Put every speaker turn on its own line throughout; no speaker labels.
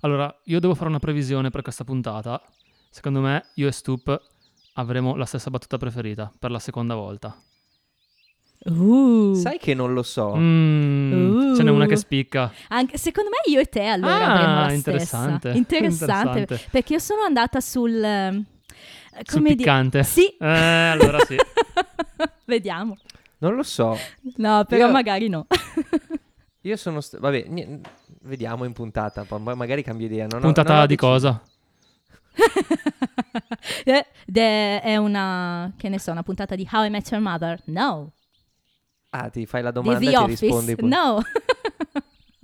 Allora, io devo fare una previsione per questa puntata. Secondo me, io e Stup avremo la stessa battuta preferita per la seconda volta.
Uh.
Sai che non lo so.
Mm,
Uh.
Ce n'è una che spicca.
Anche- secondo me io e te allora
Ah,
avremmo la
interessante.
stessa. Interessante.
Interessante.
Perché io sono andata sul... eh,
Sul
Come dire-
piccante.
Sì.
Eh, allora sì.
Vediamo.
Non lo so.
No, però
Io-
magari no.
Io sono. st- vabbè, ni- vediamo in puntata. poi ma- magari cambio idea. non ho-
Puntata
non ho
di
deciso.
cosa?
Eh, de- è una, che ne so, una puntata di How I Met Your Mother. No.
Ah, ti fai la
Di
domanda e
The
ti
Office.
rispondi. poi.
No.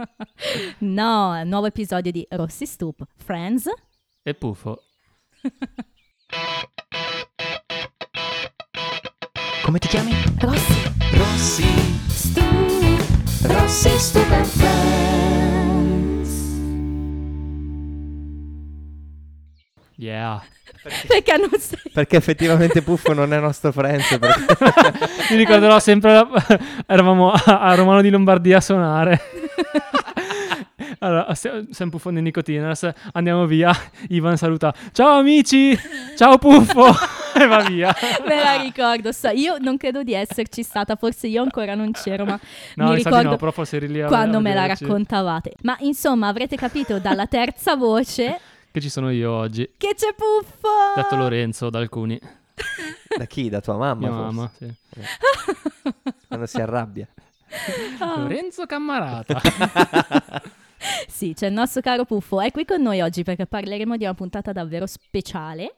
no, nuovo episodio di Rossi Stoop. Friends.
E puffo.
Come ti chiami?
Rossi
Rossi.
Stoop.
Rossi Stupid
Yeah.
Perché non sei...
Perché effettivamente Puffo non è nostro friend. perché-
Mi ricorderò sempre, la- eravamo a, a Romano di Lombardia a suonare. Allora, se- sempre Puffo di nicotina. adesso Andiamo via. Ivan saluta. Ciao amici! Ciao Puffo! e va via.
Me la ricordo, so- io non credo di esserci stata, forse io ancora non c'ero, ma
No,
mi
infatti
ricordo
no, però forse eri lì a-
quando
a
me la
vederci.
raccontavate. Ma insomma, avrete capito dalla terza voce
Che ci sono io oggi.
che c'è Puffo!
Detto Lorenzo da alcuni.
da chi? Da tua mamma?
Mia
forse?
mamma. sì.
Quando si arrabbia.
Ah,
Lorenzo Cammarata.
Sì, c'è il nostro caro Puffo, è qui con noi oggi perché parleremo di una puntata davvero speciale,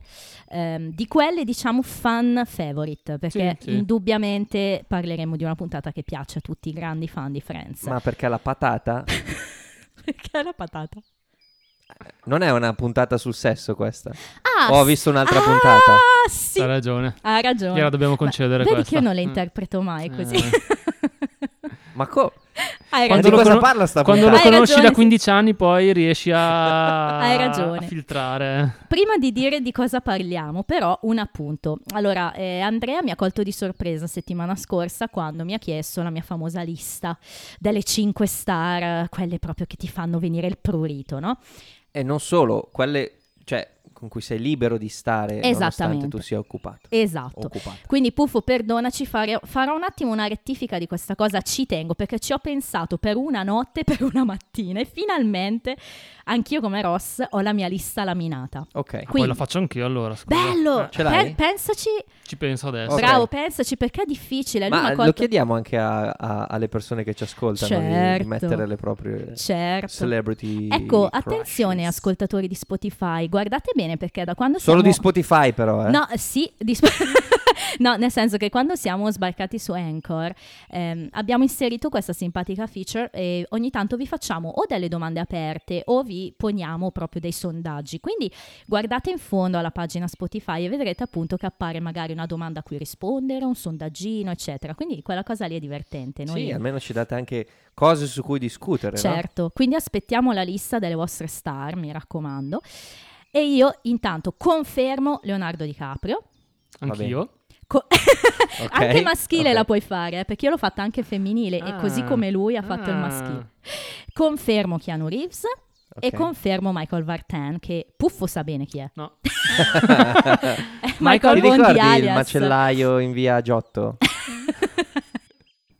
ehm, di quelle diciamo fan favorite, perché
Sì, sì.
indubbiamente parleremo di una puntata che piace a tutti i grandi fan di Friends.
Ma perché la patata.
Perché è la patata?
Non è una puntata sul sesso questa.
Ah,
Ho
sì.
visto un'altra
Ah,
puntata.
sì.
Hai ragione.
Ha ragione.
Gliela dobbiamo
Ma
concedere
Vedi
questa.
che io non le
Mm.
interpreto mai così.
Eh.
Ma co-
Hai
Ma
Quando
di
lo
ragione.
cosa
cono-
parla sta
Quando lo
Hai
puntata?
ragione,
conosci da
sì.
15 anni poi riesci a,
Hai ragione.
a filtrare.
Prima di dire di cosa parliamo, però, un appunto. Allora, eh, Andrea mi ha colto di sorpresa settimana scorsa quando mi ha chiesto la mia famosa lista delle 5 star, quelle proprio che ti fanno venire il prurito, no? Eh.
E non solo, quelle cioè, con cui sei libero di stare nonostante
Esattamente.
tu sia occupato.
Esatto.
Occupata.
Quindi Puffo, perdonaci, fare- farò un attimo una rettifica di questa cosa, ci tengo perché ci ho pensato per una notte, per una mattina e finalmente anch'io come Ross ho la mia lista laminata.
Ok.
Poi la
Quindi-
faccio anch'io allora. scusa. Eh.
Bello!
Ah, Ce l'hai?
Pe- pensaci,
Ci penso adesso.
Ok.
bravo, pensaci perché è difficile. Lui mi ha
Ma lo
colto-
chiediamo anche a- a- alle persone che ci ascoltano di-
Certo.
di mettere le proprie
Certo.
celebrity.
Ecco,
crushes.
attenzione ascoltatori di Spotify, guardate bene perché da quando
Solo di
siamo...
Spotify, però. Eh.
No, sì, di Sp- No, nel senso che quando siamo sbarcati su Anchor ehm, abbiamo inserito questa simpatica feature e ogni tanto vi facciamo o delle domande aperte o vi poniamo proprio dei sondaggi. Quindi guardate in fondo alla pagina Spotify e vedrete appunto che appare magari una domanda a cui rispondere, un sondaggino, eccetera. Quindi quella cosa lì è divertente. Noi...
Sì, almeno ci date anche cose su cui discutere. no?
Certo, quindi aspettiamo la lista delle vostre star, mi raccomando. E io intanto confermo Leonardo DiCaprio.
Anch'io.
Co-
Ok,
anche maschile
ok.
la puoi fare, eh, perché io l'ho fatta anche femminile e così
Ah,
come lui ha fatto il
ah.
maschile. Confermo Keanu Reeves e
Ok.
confermo Michael Vartan, che Puffo sa bene chi è.
No.
Michael
Ti
Bondi
ricordi il
alias.
macellaio in via Giotto?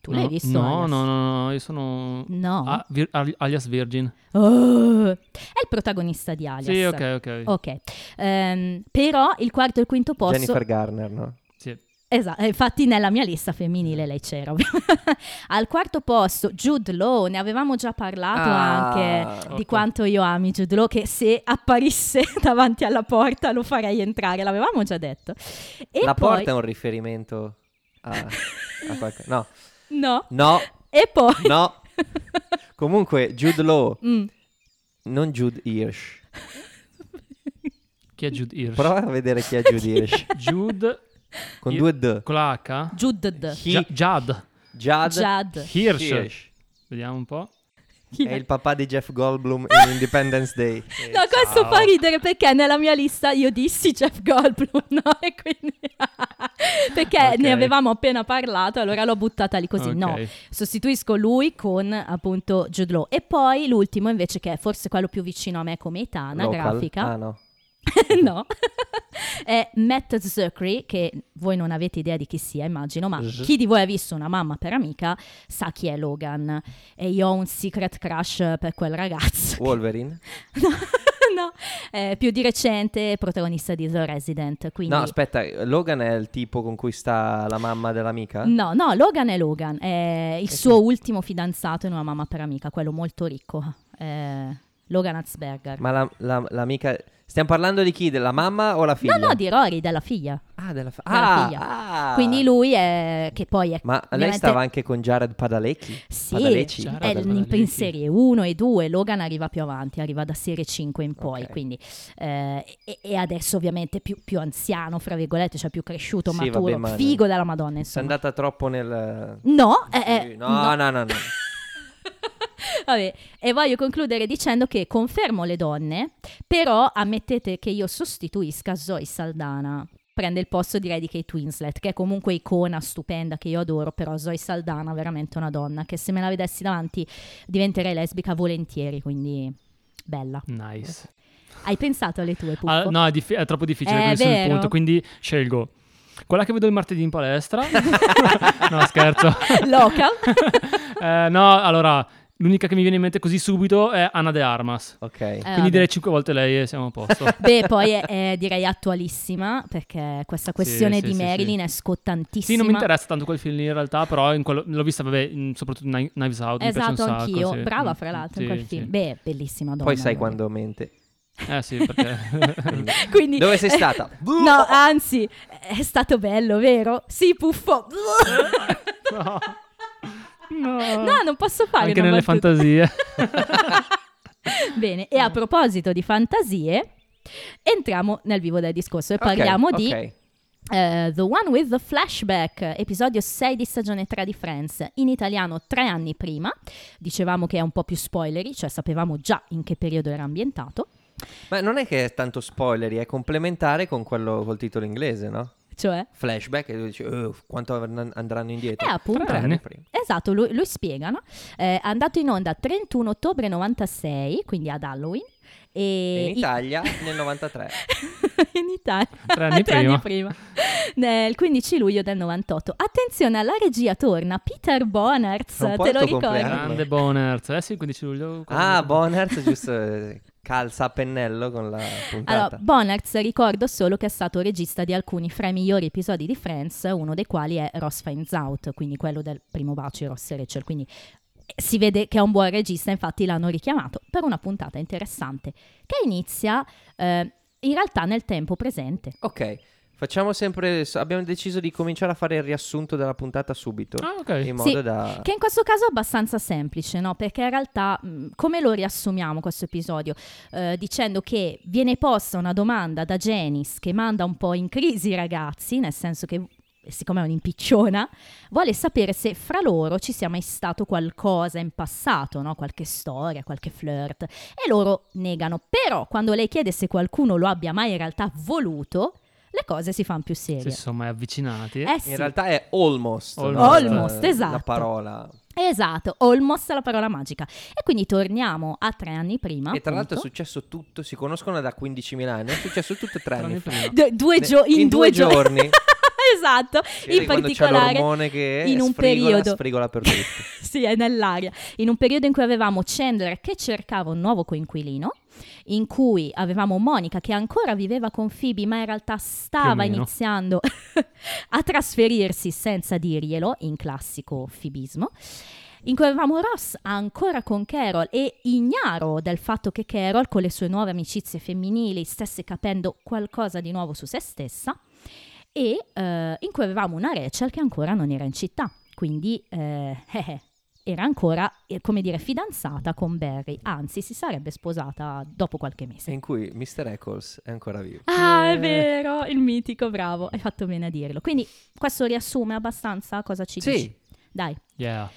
Tu l'hai
No,
visto?
No,
alias?
no, no, no, io sono
No.
Ah, vir- al- alias Virgin.
Oh, è il protagonista di Alias.
Sì, ok, ok.
Ok. Ehm, però il quarto e il quinto posto...
Jennifer Garner, no?
Sì.
Esatto, infatti nella mia lista femminile lei c'era. ovviamente. Al quarto posto Jude Law, ne avevamo già parlato
Ah,
anche di
ok.
quanto io ami Jude Law, che se apparisse davanti alla porta lo farei entrare, l'avevamo già detto. E
La
poi...
porta è un riferimento a, a qualche- No,
No,
no,
e poi...
no. Comunque, Jude Law,
Mm.
non Jude Hirsch.
Chi è Jude Hirsch?
Prova a vedere chi è Jude Hirsch.
Jude
Con
Io-
due D.
con la H?
Jude,
Chi-
Gi- Jad.
Jad
Jad.
Hirsch. Vediamo un po'.
Chi
È
è?
il papà di Jeff Goldblum in Independence Day. Eh,
No, questo
ciao.
fa ridere perché nella mia lista io dissi Jeff Goldblum, no? E quindi... perché
Ok.
ne avevamo appena parlato, allora l'ho buttata lì così.
Ok.
No, sostituisco lui con appunto Jude Law. E poi l'ultimo invece che è forse quello più vicino a me come età
Local?
anagrafica,
Ah, no.
no, è Matt Zuckery, che voi non avete idea di chi sia immagino, ma
Z.
chi di voi ha visto una mamma per amica sa chi è Logan. E io ho un secret crush per quel ragazzo.
Wolverine?
No, no. Eh, più di recente protagonista di The Resident, quindi...
No, aspetta, Logan è il tipo con cui sta la mamma dell'amica?
No, no, Logan è Logan, è il
Eh sì.
suo ultimo fidanzato in una mamma per amica, quello molto ricco, eh, Logan Hatzberger.
Ma la- la- l'amica... Stiamo parlando di chi? Della mamma o la figlia?
No, no, di Rory, della figlia.
Ah, della, fa-
della
ah,
figlia.
ah!
Quindi lui è... che poi è...
Ma lei
ovviamente-
stava anche con Jared Padalecki?
Sì,
Padalecci?
Jared
è in,
Padalecki.
in serie 1 e 2, Logan arriva più avanti, arriva da serie 5 in poi,
Ok.
quindi... eh, e, e adesso ovviamente più, più anziano, fra virgolette, cioè più cresciuto,
Sì, vabbè,
maturo,
ma-
figo della Madonna,
Sei
insomma.
andata troppo nel...
No, eh, eh,
no, no, no, no.
Vabbè, e voglio concludere dicendo che confermo le donne, però ammettete che io sostituisca Zoe Saldana. Prende il posto direi di Kate Winslet, che è comunque icona stupenda che io adoro, però Zoe Saldana è veramente una donna che se me la vedessi davanti diventerei lesbica volentieri, quindi bella.
Nice.
Hai pensato alle tue, Puffo?
Ah, no, è, dif- è troppo difficile,
È
questo è il
vero.
punto, quindi scelgo quella che vedo il martedì in palestra. no, scherzo.
Local?
Eh, no, allora, l'unica che mi viene in mente così subito è Anna De Armas.
Ok.
Eh,
Quindi
vabbè.
direi cinque volte lei e siamo a posto.
Beh, poi è, è direi attualissima, perché questa questione
sì,
di
sì, sì.
Marilyn è scottantissima.
Sì, non mi interessa tanto quel film lì in realtà, però in quello- l'ho vista, vabbè, in- soprattutto in Kni- Knives Out. mi piace un
Esatto,
sacco,
anch'io.
sì.
Brava,
Mm,
fra l'altro,
sì,
in quel
sì.
film. Beh, bellissima donna.
Poi sai
devo dire.
quando mente.
Eh sì, perché...
Quindi,
Dove sei stata?
No, anzi, è stato bello, vero? Sì, puffo.
no. No.
No, non posso fare
Anche
una
nelle
battuta.
fantasie. Eh.
Bene, e a proposito di fantasie, entriamo nel vivo del discorso e
Ok,
parliamo di
ok.
eh, The One with the Flashback, episodio 6 di stagione 3 di Friends, in italiano tre anni prima. Dicevamo che è un po' più spoilery, cioè sapevamo già in che periodo era ambientato.
Ma non è che è tanto spoilery, è complementare con quello col titolo inglese, no?
Cioè,
Flashback e tu dici, "Eh, quanto avranno- andranno indietro?
Eh, appunto.
Tre anni prima.
Esatto, lui, lui spiega, no? Eh, è andato in onda 31 ottobre 96, quindi ad Halloween. E
In Italia nel 93.
in Italia.
Tre anni prima.
Nel 15 luglio del 98. Attenzione, alla regia torna Peter Bonards,
È un po'
te
il
lo
tuo
ricordi?
compleanno.
Grande Bonert. Eh sì, il 15 luglio.
Ah, Bonert giusto eh, calza a pennello con la puntata.
Allora, Bonards ricordo solo che è stato regista di alcuni fra i migliori episodi di Friends, uno dei quali è Ross Finds Out, quindi quello del primo bacio di Ross e Rachel, quindi eh, si vede che è un buon regista, infatti l'hanno richiamato per una puntata interessante che inizia eh, in realtà nel tempo presente.
Ok, facciamo sempre. so- Abbiamo deciso di cominciare a fare il riassunto della puntata subito.
Ah, ok.
In
Sì,
modo da.
Che in questo caso è abbastanza semplice, no? Perché in realtà mh, come lo riassumiamo questo episodio? Eh, dicendo che viene posta una domanda da Janice che manda un po' in crisi i ragazzi, nel senso che eh, siccome è un'impicciona, vuole sapere se fra loro ci sia mai stato qualcosa in passato, no? qualche storia, qualche flirt, e loro negano. Però quando lei chiede se qualcuno lo abbia mai in realtà voluto, le cose si fanno più
Si
serie.
sono mai avvicinati.
Eh
In
sì.
realtà è almost. no?
Almost.
La-
Almost, esatto.
La parola.
Esatto, almost la parola magica. E quindi torniamo a tre anni prima.
e tra l'altro
appunto.
è successo tutto. Si conoscono da 15.000 anni. È successo tutto tre
Tre
anni
anni
fa.
prima.
Du- due
Ne-
gio- in, due, gio-
giorni.
esatto,
Vedi
in
quando c'è
particolare
l'ormone che
in un
sfrigola,
periodo.
sfrigola per tutti.
sì, è nell'aria. In un periodo in cui avevamo Chandler che cercava un nuovo coinquilino, in cui avevamo Monica che ancora viveva con Phoebe, ma in realtà
Più
stava
o meno.
iniziando a trasferirsi senza dirglielo, in classico fibismo. In cui avevamo Ross ancora con Carol e ignaro del fatto che Carol con le sue nuove amicizie femminili stesse capendo qualcosa di nuovo su se stessa e eh, in cui avevamo una Rachel che ancora non era in città, quindi eh, eh, era ancora, eh, come dire, fidanzata con Barry, anzi si sarebbe sposata dopo qualche
e
mese.
in cui Mr. Eccles è ancora vivo.
Ah, è vero, il mitico, bravo, hai fatto bene a dirlo. Quindi questo riassume abbastanza cosa ci
Sì.
dici. Dai.
Yeah.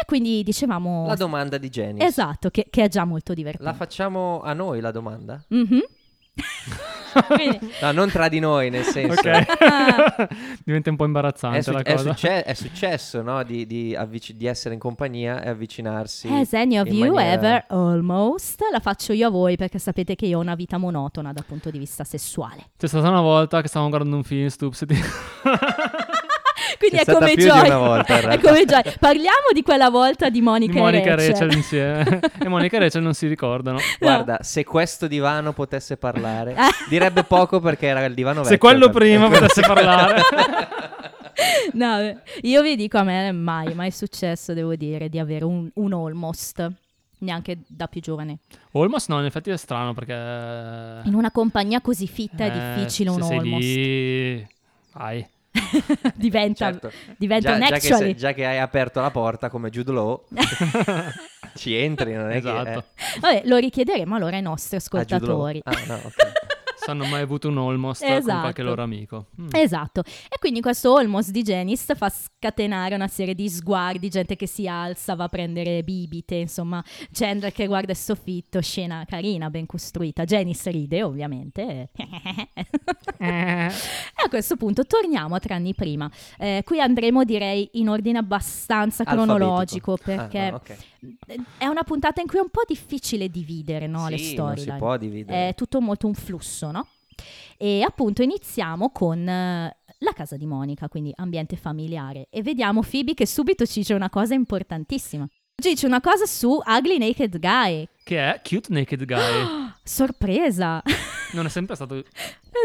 E quindi dicevamo...
La domanda di Jenny.
Esatto, che, che è già molto
La
divertente.
facciamo a noi la domanda?
Mhm. Quindi-
No, non tra di noi, nel senso.
Ah.
Ok. Diventa un po' imbarazzante
È, Eh, su-
la
è
cosa.
succe- è successo no? di, di avvic- di essere in compagnia e avvicinarsi.
Eh,
Has any of
in
you ever
maniera-
almost? La faccio io a voi perché sapete che io ho una vita monotona dal punto di vista sessuale.
C'è stata una volta che stavamo guardando un film stupido
Quindi
C'è
è
stata
come
più di
Joy.
una volta, in
è
realtà.
come Joy. Parliamo di quella volta di
di
Monica,
Monica
e
e
Rachel.
Rachel insieme. e Monica e Rachel non si ricordano.
Guarda, se questo divano potesse parlare, direbbe poco perché era il divano vecchio.
Se quello
per-
prima potesse parlare.
No, beh, io vi dico a me mai, mai è successo, devo dire, di avere un, un almost. Neanche da più giovane.
Almost no, in effetti è strano perché...
Ah.
In una compagnia così fitta
Eh,
è difficile un
se sei
almost.
lì... Vai.
diventa
Certo.
diventa
Già,
un
già che,
actually.
se- già che hai aperto la porta come Jude Law, ci entri, non è che...
Esatto.
Vabbè, lo richiederemo allora ai nostri
eh, a Jude Law.
ascoltatori.
Ah, no, ok.
Se hanno mai avuto un almost
Esatto.
con qualche loro amico. Mm.
Esatto, e quindi questo almost di Genis fa scatenare una serie di sguardi, gente che si alza, va a prendere bibite, insomma, Chandler che guarda il soffitto, scena carina, ben costruita. Genis ride ovviamente. e a questo punto torniamo a tre anni prima. Eh, qui andremo direi in ordine abbastanza
Alfabetico.
cronologico
Ah,
perché
no, ok.
è una puntata in cui è un po' difficile dividere no, le
Sì,
storyline.
Non si può
Eh,
dividere.
È tutto molto un flusso, no? E appunto iniziamo con eh, la casa di Monica, quindi ambiente familiare, e vediamo Phoebe che subito ci dice una cosa importantissima. Ci dice una cosa su Ugly Naked Guy.
Che è Cute Naked Guy.
Sorpresa!
non è sempre stato...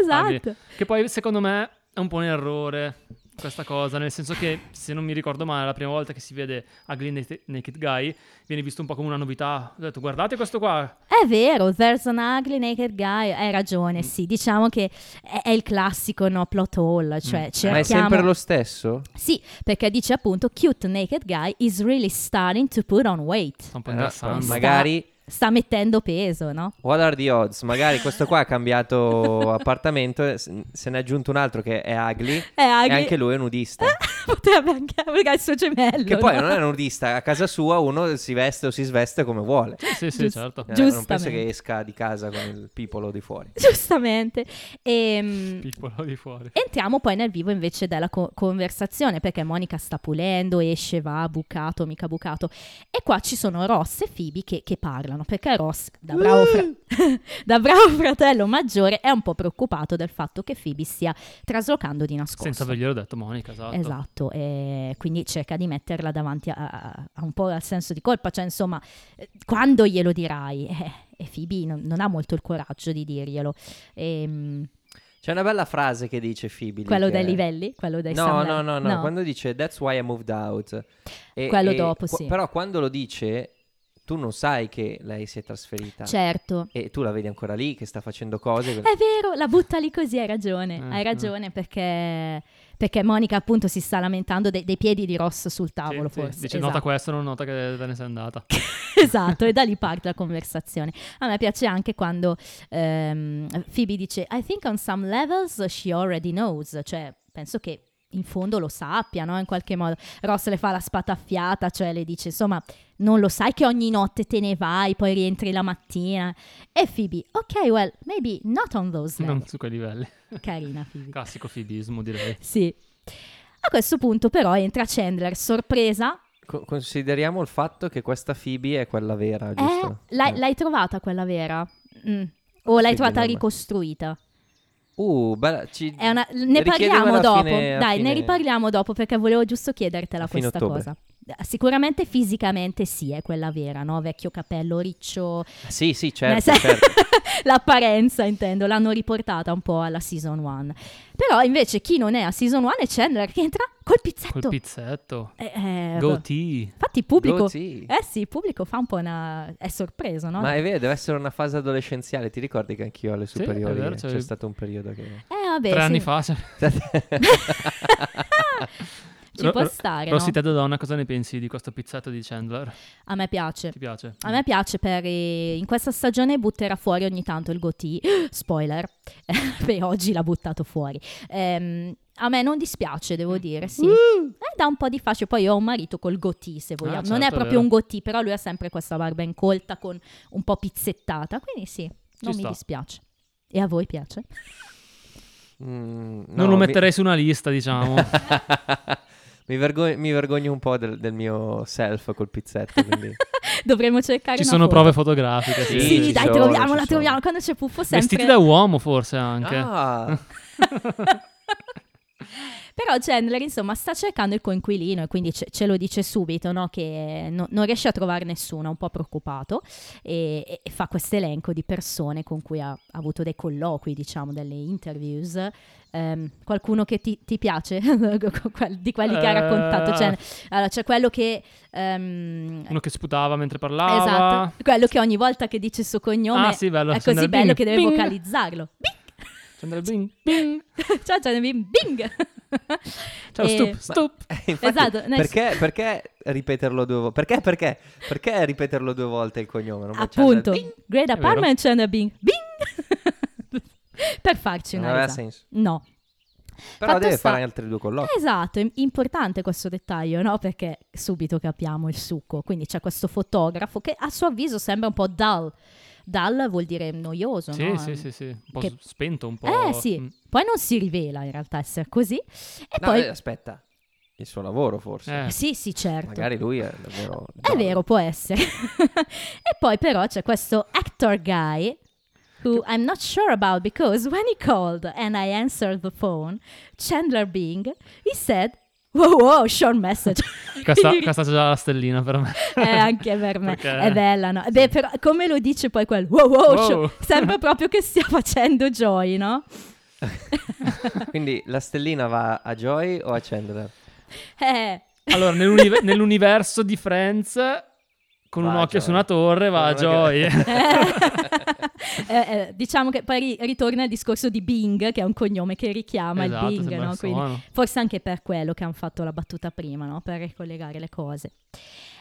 esatto.
Che poi secondo me è un po' un errore questa cosa, nel senso che se non mi ricordo male, la prima volta che si vede Ugly Naked- Naked Guy viene visto un po' come una novità. Ho detto guardate questo qua.
È vero, There's an Ugly Naked Guy. Hai
Mm.
ragione, sì. Diciamo che è, è il classico no, plot hole, cioè
Mm. Ma è
cerchiamo...
sempre lo stesso?
Sì, perché dice appunto Cute Naked Guy is really starting to put on weight.
Sta un po'
Eh,
ingrassando.
ma-
magari...
Sta mettendo peso, no?
What are the odds? Magari questo qua ha cambiato appartamento, e se se ne è aggiunto un altro che è Agli,
È
e
Eh, agri-
anche lui è nudista.
Potrebbe anche avere il suo gemello.
Che poi
Ah. no?
non è nudista, a casa sua uno si veste o si sveste come vuole.
Sì, sì,
Giusto.
certo.
Eh, Non penso
Giustamente.
che esca di casa con il pipolo di fuori.
Giustamente. Ehm,
Piccolo di fuori.
entriamo poi nel vivo invece della co- conversazione perché Monica sta pulendo, esce, va, bucato, mica bucato. E qua ci sono Ross e Phoebe che, che parlano perché Ross, da bravo, fra- da bravo fratello maggiore, è un po' preoccupato del fatto che Phoebe stia traslocando di nascosto.
Senza averglielo detto, Monica, esatto.
Esatto, e quindi cerca di metterla davanti a, a- a un po' al senso di colpa, cioè insomma, eh, quando glielo dirai? Eh, e Phoebe non, non ha molto il coraggio di dirglielo. Ehm,
C'è una bella frase che dice Phoebe. lì,
quello
che-
dai livelli? Quello dai
No,
Sam
no, no,
Levy?
no, quando dice That's why I moved out. E-
Quello
e
dopo,
qu-
sì.
Però quando lo dice, tu non sai che lei si è trasferita.
Certo.
E tu la vedi ancora lì che sta facendo cose.
È vero, la butta lì così, hai ragione,
Mm,
Eh,
hai
eh.
ragione perché, perché Monica appunto si sta lamentando dei, dei piedi di Ross sul tavolo
Sì, sì.
forse.
Dice
esatto.
nota questo, non nota che te ne sei andata.
Esatto, e da lì parte la conversazione. A me piace anche quando ehm, Phoebe dice: I think on some levels she already knows, cioè penso che in fondo lo sappia, no? In qualche modo. Ross le fa la spataffiata, cioè le dice: Insomma, non lo sai che ogni notte te ne vai, poi rientri la mattina. E Phoebe, ok, well, maybe not on those
Non
levels.
su quei livelli.
Carina Phoebe.
Classico fibismo, direi.
Sì. A questo punto, però, entra Chandler, sorpresa.
Co- consideriamo il fatto che questa Phoebe è quella vera,
Eh,
giusto?
l'hai,
Eh.
l'hai trovata quella vera? Mm. O l'hai
Sì,
trovata
vabbè.
ricostruita?
Uh, bella, ci-
È una- ne
richiediamela
parliamo
a
dopo.
fine- a
Dai,
fine-
ne riparliamo dopo perché volevo giusto chiedertela
A fine
questa
ottobre.
cosa. Sicuramente fisicamente sì, è quella vera, no? Vecchio capello riccio,
Sì, sì,
Nel
certo,
sen-
certo.
l'apparenza intendo, l'hanno riportata un po' alla season 1. Però invece chi non è a season 1 è Chandler che entra col pizzetto.
Col pizzetto.
Eh, eh,
Go T.
infatti il pubblico...
Oh, sì.
Eh sì, il pubblico fa un po' una... è sorpreso, no?
Ma è vero, deve essere una fase adolescenziale. Ti ricordi che anch'io alle
Sì, è
superiori
vero,
c'è
cioè-
stato un periodo che...
Eh vabbè,
Tre
sì.
anni fa. cioè,
Ci può stare,
Rossi,
no?
te da donna, cosa ne pensi di questo pizzetto di Chandler?
A me piace.
Ti piace?
A me piace per eh, in questa stagione butterà fuori ogni tanto il Goti. Spoiler. Beh, oggi l'ha buttato fuori. Ehm, a me non dispiace,
Mm.
devo dire, sì. Eh, dà un po' di fascio. Poi io ho un marito col Goti, se vogliamo. non è
certo, è
proprio
vero.
un Goti, però lui ha sempre questa barba incolta con un po' pizzettata, quindi sì, non mi
sta.
dispiace. E a voi piace?
Mm,
non
no,
lo
mi-
metterei su una lista, diciamo.
mi, vergog- mi vergogno un po' del, del mio self col pizzetto. Quindi.
Dovremmo cercare
Ci
una
sono
foto.
prove fotografiche.
Sì,
Sì,
Sì,
ci
dai,
sono,
troviamola,
ci sono.
troviamola. Quando c'è Puffo sempre...
Vestiti da uomo, forse anche.
Ah,
Però Chandler, insomma, sta cercando il coinquilino e quindi ce, ce lo dice subito, no? Che no- non riesce a trovare nessuno, è un po' preoccupato e, e- e fa questo elenco di persone con cui ha, ha avuto dei colloqui, diciamo, delle interviews. Ehm, qualcuno che ti, ti piace di quelli che ha
Eh.
raccontato Chandler? Allora, c'è quello che... ehm,
Uno che sputava mentre parlava.
esatto, quello che ogni volta che dice il suo cognome
Ah, sì, bello.
è così
Chandler
bello
Bing.
che deve
Bing.
vocalizzarlo.
Chandler Bing. Bing.
Bing! Ciao Chandler, Bing! Bing! Eh,
Ciao,
E-
stup, stup.
infatti,
Esatto, nel-
perché, perché ripeterlo due volte? Perché, perché, perché ripeterlo due volte il cognome? Non puoi
Appunto,
accendere-
Great
vero.
Apartment Chandler Bing. Bing! per farci
Non
una
aveva
resa.
senso.
No.
Però
Fatto
deve
sta-
fare altri due colloqui.
Esatto, è importante questo dettaglio, no? Perché subito capiamo il succo. Quindi c'è questo fotografo che a suo avviso sembra un po' dull. Dull vuol dire noioso,
Sì,
no? eh.
sì, sì, sì. Un po'
Che-
s- spento, un po'.
Eh sì,
Mm.
poi non si rivela in realtà essere così. E
No,
poi...
eh, aspetta, il suo lavoro forse.
Eh.
Sì, sì, certo.
Magari lui è davvero.
È vero, può essere. e poi però c'è questo actor guy who I'm not sure about because when he called and I answered the phone, Chandler Bing, he said, wow, wow, short message.
Questa,
Quindi-
questa c'è già la stellina per me.
eh, anche per me.
Perché-
È bella, no? Beh, però come lo dice poi quel wow, wow,
Wow.
short- sembra proprio che stia facendo Joy, no?
Quindi la stellina va a Joy o a Chandler?
Eh,
Allora, nell'uni- nell'universo di Friends, con
Va
un
a
occhio su
Joy.
una torre, va a
Con un occhio-
Joy.
eh, eh, diciamo che poi ri- ritorna il discorso di Bing, che è un cognome che richiama
Esatto,
il Bing,
sembra
no? Quindi
strano.
Forse anche per quello che hanno fatto la battuta prima, no? per ricollegare le cose.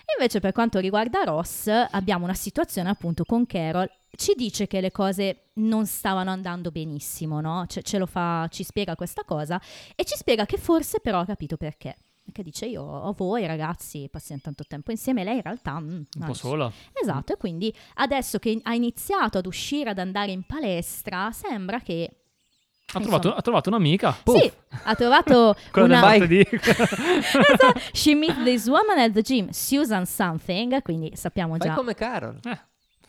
E Invece per quanto riguarda Ross, abbiamo una situazione appunto con Carol, ci dice che le cose non stavano andando benissimo, no? Ce, ce lo fa, ci spiega questa cosa e ci spiega che forse però ha capito perché. Perché dice io ho voi ragazzi, passiamo tanto tempo insieme, lei in realtà... mm,
Un po'
anzi.
sola.
Esatto, e quindi adesso che ha iniziato ad uscire, ad andare in palestra, sembra che...
Ha trovato, ha trovato un'amica.
Sì, ha trovato
Quella del
una...
martedì.
Esatto. She meets this woman at the gym, Susan something, quindi sappiamo
Fai
già.
come Carol.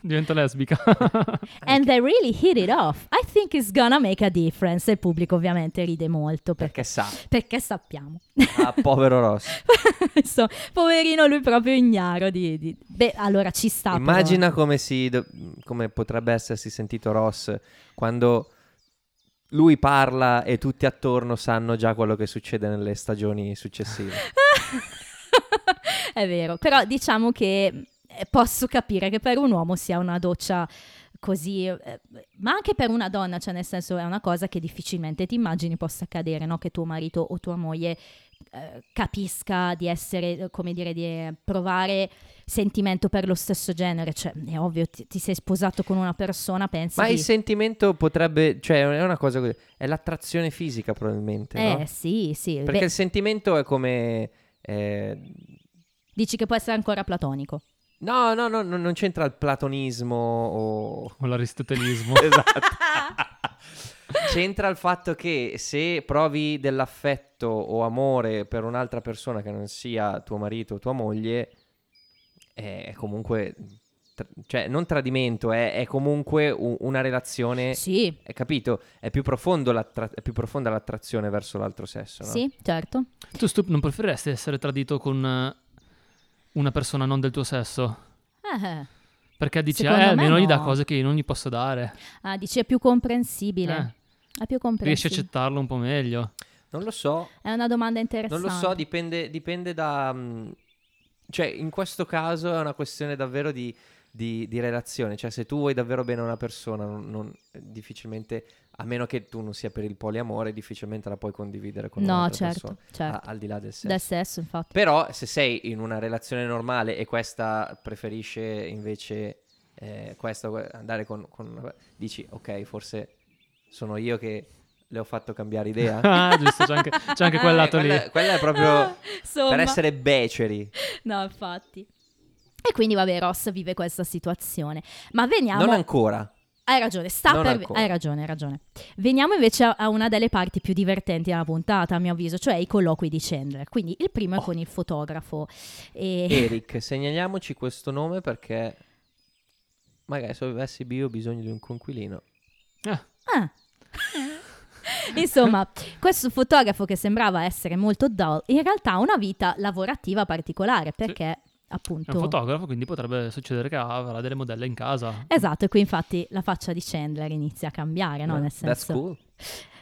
Diventa lesbica.
And they really hit it off. I think it's gonna make a difference. E il pubblico ovviamente ride molto perché,
Perché sa.
perché sappiamo.
Ah, povero Ross.
Insomma, poverino lui proprio ignaro di... di- Beh, allora ci sta. però.
Immagina come, si do- come potrebbe essersi sentito Ross quando lui parla e tutti attorno sanno già quello che succede nelle stagioni successive.
È vero, però diciamo che eh, posso capire che per un uomo sia una doccia così, eh, ma anche per una donna, cioè nel senso è una cosa che difficilmente ti immagini possa accadere, no? che tuo marito o tua moglie eh, capisca di essere, eh, come dire, di eh, provare sentimento per lo stesso genere, cioè è ovvio, ti, ti sei sposato con una persona, pensi
Ma
di...
il sentimento potrebbe, cioè è una cosa così, è l'attrazione fisica probabilmente,
eh
no?
sì, sì,
Perché
beh,
il sentimento è come... eh,
dici che può essere ancora platonico.
no, no, no, no, non c'entra il platonismo o...
Con l'aristotelismo.
C'entra il fatto che se provi dell'affetto o amore per un'altra persona che non sia tuo marito o tua moglie, eh, è comunque, tra- cioè non tradimento, è, è comunque u- una relazione,
sì,
è capito? È più, profondo l'attra- è più profonda l'attrazione verso l'altro sesso, no?
sì, certo.
tu, Stup, non preferiresti essere tradito con eh, una persona non del tuo sesso?
Eh, eh.
Perché dici,
Secondo
eh,
me
almeno gli dà
no.
cose che io non gli posso dare.
Ah, dici è più comprensibile.
Eh,
È più
riesci a
comprensibile.
accettarlo un po' meglio.
Non lo so,
È una domanda interessante.
non lo so, dipende, dipende da... mm, Cioè, in questo caso è una questione davvero di di, di relazione. Cioè, se tu vuoi davvero bene a una persona, non- non- eh, difficilmente, a meno che tu non sia per il poliamore, difficilmente la puoi condividere con
no,
un'altra
certo,
persona.
certo.
a- al di là del sesso.
Del sesso, infatti.
Però se sei in una relazione normale e questa preferisce invece eh, questa, que- andare con, con una- dici ok, forse sono io che le ho fatto cambiare
Eh.
idea.
Ah, giusto, c'è anche, c'è anche quel
Eh,
lato
quella,
lì.
quella è proprio
Insomma.
per essere beceri.
No, infatti. E quindi, vabbè, Ross vive questa situazione. Ma veniamo...
Non ancora.
Hai ragione, sta
Non
per...
ancora.
Hai ragione, hai ragione. Veniamo invece a, a una delle parti più divertenti della puntata, a mio avviso, cioè i colloqui di Chandler. Quindi il
Oh.
primo è con il fotografo. E...
Eric, segnaliamoci questo nome perché magari se avessi bio bisogno di un conquilino.
Ah. Eh. Insomma, questo fotografo che sembrava essere molto dull, in realtà ha una vita lavorativa particolare perché
È un
appunto...
fotografo, quindi potrebbe succedere che avrà delle modelle in casa.
Esatto, e qui infatti la faccia di Chandler inizia a cambiare, no?
Eh,
Nel
That's
senso...
cool.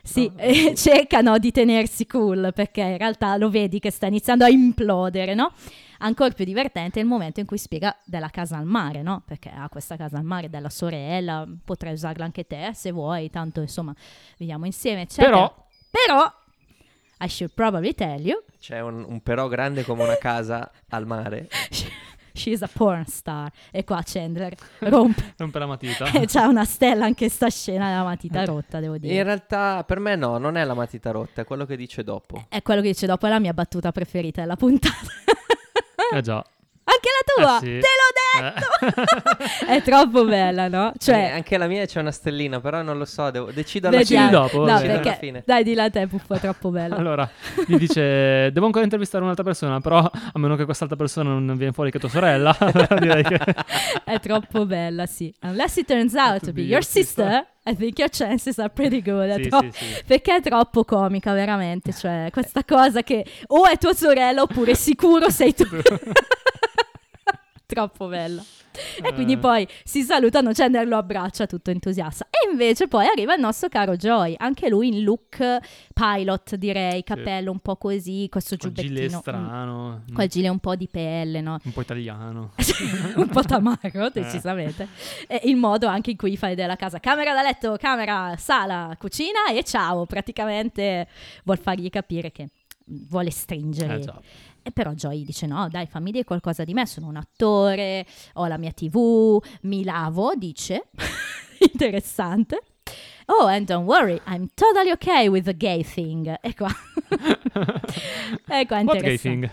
Sì,
Ah, ok.
eh, cercano di tenersi cool perché in realtà lo vedi che sta iniziando a implodere, no? Ancora più divertente è il momento in cui spiega della casa al mare, no? Perché ha questa casa al mare della sorella, potrai usarla anche te se vuoi, tanto insomma, viviamo insieme, eccetera.
Però-
Però, I should probably tell you,
C'è un, un però grande come una casa al mare.
she's a porn star. E qua Chandler rompe.
Rompe la matita.
E c'ha una stella anche sta scena della matita rotta, devo dire.
In realtà per me no, non è la matita rotta, è quello che dice dopo.
È quello che dice dopo, è la mia battuta preferita della puntata.
Eh già.
Anche la tua,
Eh sì. Eh.
te l'ho detto! è troppo bella, no?
Eh,
Cioè,
anche la mia c'è una stellina, però non lo so, devo decido alla
vediamo.
Decidi
fine.
dopo,
eh, No,
vabbè.
Decido alla
perché-
fine.
dai, di là te, puffa, è troppo bella.
Allora, gli dice, devo ancora intervistare un'altra persona, però a meno che quest'altra persona non viene fuori che tua sorella, allora direi che...
È troppo bella, sì. Unless it turns out to be your sister, I think your chances are pretty good. È
Sì,
tro-
sì, sì.
Perché è troppo comica, veramente. Cioè, questa cosa che o è tua sorella oppure sicuro sei tu. troppo bella. E quindi
Eh.
poi si salutano, Chandler lo abbraccia tutto entusiasta. E invece poi arriva il nostro caro Joy, anche lui in look pilot direi, capello un po' così, questo
Quel gilet
giubbettino. mm,
strano,
Quel gilet un po' di pelle, no?
un po' italiano.
un po'
Eh.
tamarro, decisamente. E il modo anche in cui fai idea la casa. Camera da letto, camera, sala, cucina e ciao. Praticamente vuol fargli capire che vuole stringere.
Eh già.
e però Joy dice no, dai, fammi dire qualcosa di me, sono un attore, ho la mia tv, mi lavo, dice. Interessante. Oh, and don't worry, I'm totally okay with the gay thing. E qua. e qua
What gay
è interessante.
thing?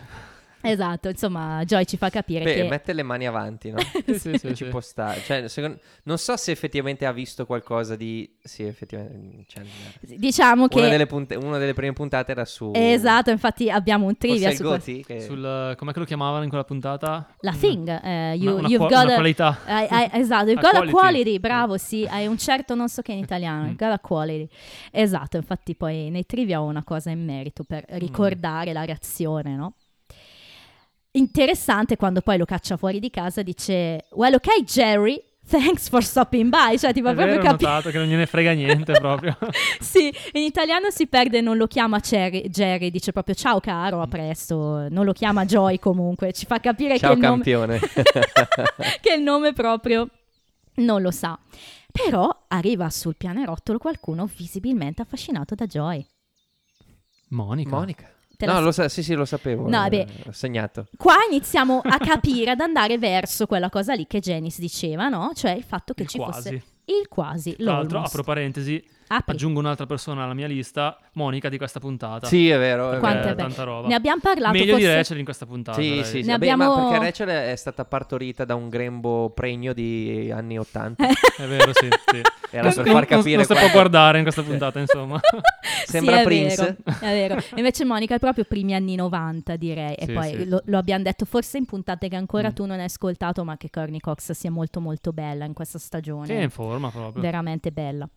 Esatto, insomma, Joy ci fa capire
Beh,
che...
mette le mani avanti, no?
Sì, sì, sì, sì.
Ci può stare. Cioè, secondo- Non so se effettivamente ha visto qualcosa di... Sì, effettivamente... cioè,
Diciamo che...
Una, delle punte- una delle prime puntate era su...
Esatto, infatti abbiamo un
Forse
trivia
il
su questo.
Goti? Che...
Sul, com'è che lo chiamavano in quella puntata?
La
Un-
thing, eh,
una-
you-
una
you've
qua-
got
una
a-
qualità.
hai- hai- esatto, you've
A
got
quality.
a
Mm.
quality, bravo, sì, hai un certo non so che in italiano, you've got a quality. Esatto, infatti poi nei trivia ho una cosa in merito per
Mm.
ricordare la reazione, no? Interessante quando poi lo caccia fuori di casa dice "Well, ok Jerry, thanks for stopping by", cioè ti
È
fa
vero,
proprio
ho
capire
notato che non gliene frega niente proprio.
Sì, in italiano si perde, non lo chiama Jerry, Jerry, dice proprio ciao caro, a
Mm.
presto, non lo chiama Joy comunque, ci fa capire che,
Ciao
il nome,
campione.
che il nome proprio non lo sa. Però arriva sul pianerottolo qualcuno visibilmente affascinato da Joy.
Monica.
Monica.
Te la-
no, lo sa- sì, sì, lo sapevo.
No,
eh,
beh.
Ho segnato.
Qua iniziamo a capire, ad andare verso quella cosa lì che Janice diceva, no? Cioè il fatto che
Il
ci
quasi.
fosse il quasi, Ah,
Tra l'altro,
l'almost.
apro parentesi,
Apri.
aggiungo un'altra persona alla mia lista, Monica di questa puntata.
Sì, è vero. È
Quanto
Eh,
è
vero.
bello.
tanta roba.
Ne abbiamo parlato
Meglio di
forse-
Rachel in questa puntata.
Sì,
dai.
sì, sì.
Ne
Beh, ma
abbiamo-
perché Rachel è stata partorita da un grembo pregno di anni 80.
Eh,
È vero, sì. sì.
Era per
Non-
far
non-
capire
Non si può
quanto-
guardare in questa puntata, insomma.
Sembra
sì, è
Prince.
Vero, è vero. Invece Monica è proprio primi anni 90, direi. E
Sì,
poi
sì.
Lo, lo abbiamo detto forse in puntate che ancora
Mm.
tu non hai ascoltato, ma che Corny Cox sia molto molto bella in questa stagione.
Che è in forma proprio.
Veramente bella.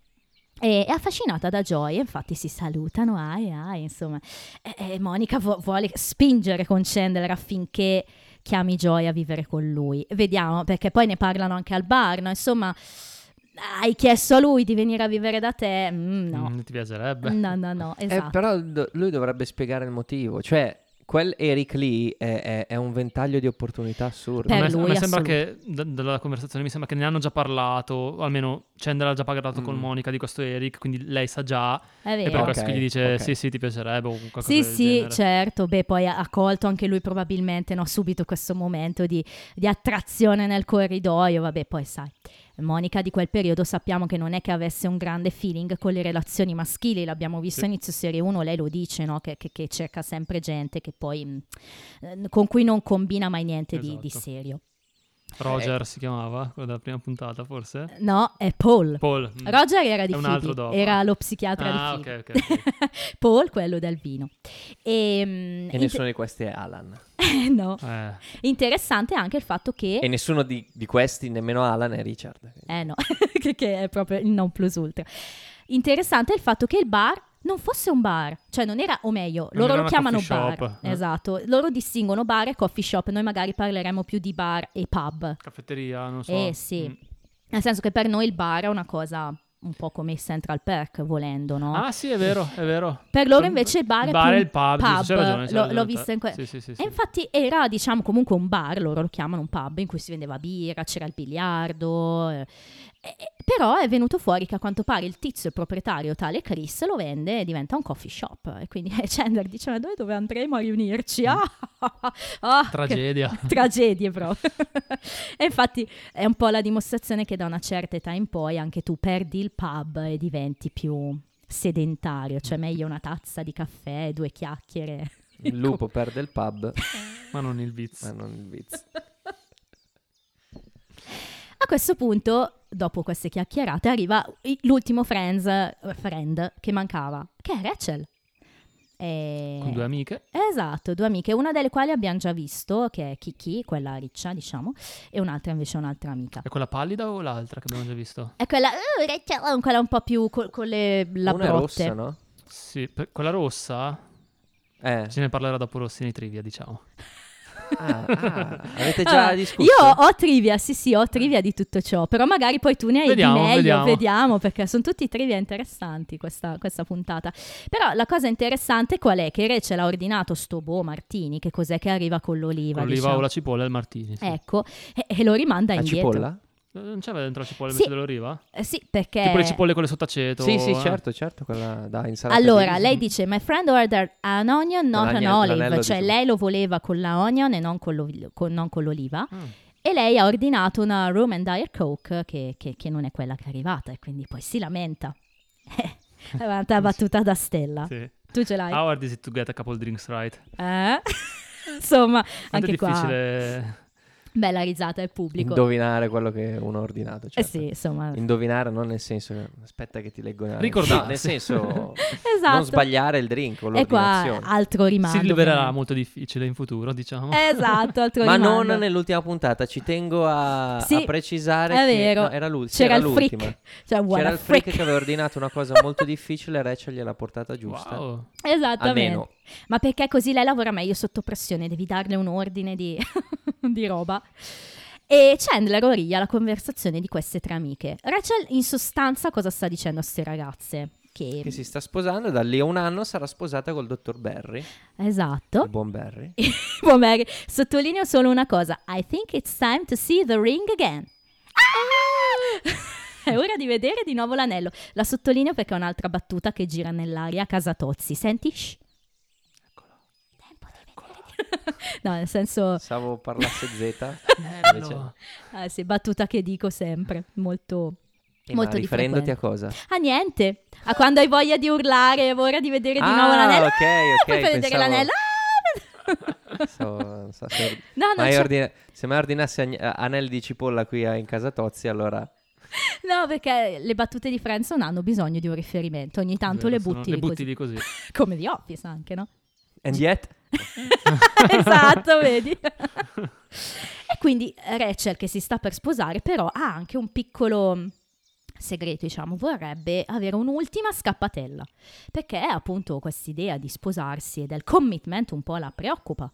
E è affascinata da Joy, e infatti si salutano, ai ai, insomma. E, e Monica vu- vuole spingere con Chandler affinché chiami Joy a vivere con lui. Vediamo, perché poi ne parlano anche al bar, no? Insomma, hai chiesto a lui di venire a vivere da te? Mm, no.
Mm, ti piacerebbe.
No, no, no,
Eh,
esatto.
però do- lui dovrebbe spiegare il motivo, cioè quel Eric Lee è, è- è un ventaglio di opportunità assurdo.
A
Per
me, a
lui,
me sembra che
assolutamente.
da- dalla conversazione mi sembra che ne hanno già parlato, o almeno Chandler ha già parlato con
Mm.
Monica di questo Eric, quindi lei sa già
È
e per
vero.
perché-
questo
Ok,
che gli dice
ok.
sì sì ti piacerebbe o qualcosa
Sì,
del
sì,
genere.
certo. Beh, poi ha ha colto anche lui probabilmente no, subito questo momento di, di attrazione nel corridoio. Vabbè, poi sai, Monica di quel periodo sappiamo che non è che avesse un grande feeling con le relazioni maschili. L'abbiamo visto
Sì.
a inizio serie 1, lei lo dice, no? che, che- che cerca sempre gente che poi, mh, eh, con cui non combina mai niente di- di
Esatto.
serio.
Roger
Ecco.
si chiamava, quello della prima puntata forse?
No, è Paul.
Paul. mm.
Roger era di
È un
Phoebe,
altro dopo.
era lo psichiatra
Ah,
di Phoebe.
ok, ok,
Paul, quello del vino. E, mm,
E nessuno di questi è Alan.
eh, no.
Eh,
Interessante anche il fatto che...
E nessuno di, di questi, nemmeno Alan, è Richard.
Eh no, che, che è proprio il non plus ultra. Interessante è il fatto che il bar non fosse un bar, cioè non era, o meglio,
Non
loro
era
lo
una
chiamano
coffee
bar.
shop, eh.
Esatto, loro distinguono bar e coffee shop, noi magari parleremo più di bar e pub.
caffetteria, non so.
Eh, sì.
Mm.
Nel senso che per noi il bar è una cosa un po' come il Central Perk, volendo, no?
Ah, sì, è vero, è vero.
Per loro
Sono-
invece il bar è
bar
più
e
un
il pub,
pub.
giusto, c'hai ragione, c'hai
L'ho-
ragione,
l'ho
te.
visto in que-
Sì, sì, sì, sì.
E infatti era diciamo comunque un bar, loro lo chiamano un pub, in cui si vendeva birra, c'era il biliardo. eh. E- e- però è venuto fuori che a quanto pare il tizio, il proprietario, tale Chris, lo vende e diventa un coffee shop. E quindi Chandler dice, ma dove, dove andremo a
Mm.
riunirci? Ah, ah, che-
Tragedia.
tragedie proprio. e infatti è un po' la dimostrazione che da una certa età in poi anche tu perdi il pub e diventi più sedentario, cioè meglio una tazza di caffè, due chiacchiere.
Il lupo perde il pub,
Ma non il vizio.
ma non il vizio.
A questo punto, dopo queste chiacchierate, arriva i- l'ultimo friends, eh, friend che mancava, che è Rachel. E-
Con due amiche.
Esatto, due amiche, una delle quali abbiamo già visto, che è Kiki, quella riccia, diciamo, e un'altra invece è un'altra amica.
È quella pallida o l'altra che abbiamo già visto?
È quella, "Oh, Rachel", quella un po' più col- con le
Una è
labbrotte.
rossa, no?
Sì, per- quella rossa.
Eh.
Ce ne parlerà dopo Rossi nei trivia, diciamo.
Ah, ah, avete già
Allora,
discusso?
Io ho trivia, sì sì, ho trivia di tutto ciò, però magari poi tu ne hai
Vediamo,
di meglio, vediamo.
vediamo.
perché sono tutti trivia interessanti questa, questa puntata. Però la cosa interessante qual è? Che Rachel ha ordinato sto boh martini, che cos'è che arriva con l'oliva?
Con l'oliva
diciamo.
o la cipolla e il martini. sì.
Ecco, e, e lo rimanda
La
indietro.
cipolla?
Non c'era dentro la cipolla
Sì.
invece dell'oliva?
Eh, sì, perché...
Tipo le cipolle con le sottaceto.
Sì, sì,
eh?
certo, certo, quella da insalata.
Allora,
di-
lei dice: My friend ordered an onion, not an
L'anello- l'anello diciamo.
olive.
di
Cioè,
giù.
lei lo voleva con la onion e non con, l'oli- con- non con l'oliva.
Mm.
E lei ha ordinato una Room and Dire Coke, che, che- che non è quella che è arrivata, e quindi poi si lamenta. è una battuta da stella.
Sì.
Tu ce l'hai?
How hard is it to get a couple drinks right?
Eh? Insomma,
Quanto
anche
è
qua,
difficile...
bella risata del pubblico.
Indovinare quello che uno ha ordinato.
Eh
Certo.
sì, insomma.
Indovinare non nel senso... che- Aspetta che ti leggo una...
Ricordate.
No, nel senso...
Esatto.
Non sbagliare il drink o
e qua
l'ordinazione.
altro rimando.
Si rivelerà
ovviamente.
molto difficile in futuro, diciamo.
Esatto, altro
Ma
rimando.
non nell'ultima puntata, ci tengo a,
Sì,
a precisare
è
che-
vero.
no, era l'ultima.
C'era
era
il
l'ultima.
freak. Cioè, what
C'era
a
il freak
freak.
che aveva ordinato una cosa molto difficile, Rachel gliel'ha portata giusta.
Wow.
Esattamente.
Almeno.
Ma perché così lei lavora meglio sotto pressione, devi darle un ordine di, di roba. E Chandler origlia la conversazione di queste tre amiche. Rachel in sostanza cosa sta dicendo a queste ragazze? Che...
Che si sta sposando, da lì a un anno sarà sposata col dottor Barry, il
Esatto.
buon Barry.
Boh, Mary, Sottolineo solo una cosa. I think it's time to see the ring again. Ah! È ora di vedere di nuovo l'anello. La sottolineo perché è un'altra battuta che gira nell'aria a casa Tozzi. Senti? Shh. Tempo di vedere di- No, nel senso...
Pensavo parlasse Z,
Bello.
Ah, sì, battuta che dico sempre, molto...
Eh,
Molto
ma
di
riferendoti a
frequente.
cosa?
Ah, niente. A quando hai voglia di urlare, hai voglia di vedere di
Ah,
nuovo l'anello.
ok,
ah,
ok,
puoi vedere
pensavo-
l'anello. Ah!
So- non so se, or-
No, Ah, non
mai
c'è-
ordina- se mai ordinassi agn- eh, anelli di cipolla qui a- in casa Tozzi, allora
No, perché le battute di Friends non hanno bisogno di un riferimento. Ogni tanto
Vero,
le
sono-
butti,
le
lì
butti
così.
lì così.
Come di Office anche, no?
and yet
esatto, vedi? e quindi Rachel, che si sta per sposare, però ha anche un piccolo segreto, diciamo, vorrebbe avere un'ultima scappatella, perché appunto quest'idea di sposarsi e del commitment un po' la preoccupa.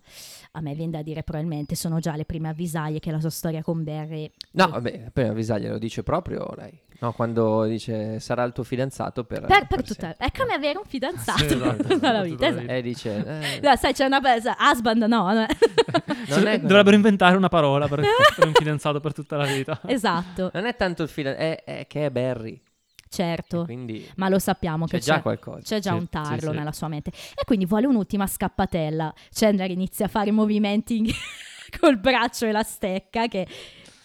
A me viene da dire probabilmente sono già le prime avvisaglie che la sua storia con Barry...
No, vabbè, appena avvisaglielo dice proprio lei. No, quando dice sarà il tuo fidanzato per,
Per, ecco. per
per
tutta...
sempre.
È come avere un fidanzato
Sì, esatto,
tutta
esatto,
la vita.
tutta la
esatto.
vita.
Eh, dice... eh,
No, sai, c'è una bella... Husband, no. no.
non, è,
Dovrebbero inventare una parola per, per un fidanzato per tutta la vita.
esatto,
non è tanto il fidanzato, è, è che è Barry.
certo.
Quindi
Ma lo sappiamo
c'è
che
già
c'è.
qualcosa.
C'è già
Sì,
un tarlo
sì, sì.
nella sua mente. E quindi vuole un'ultima scappatella. Chandler inizia a fare movimenti in- col braccio e la stecca, che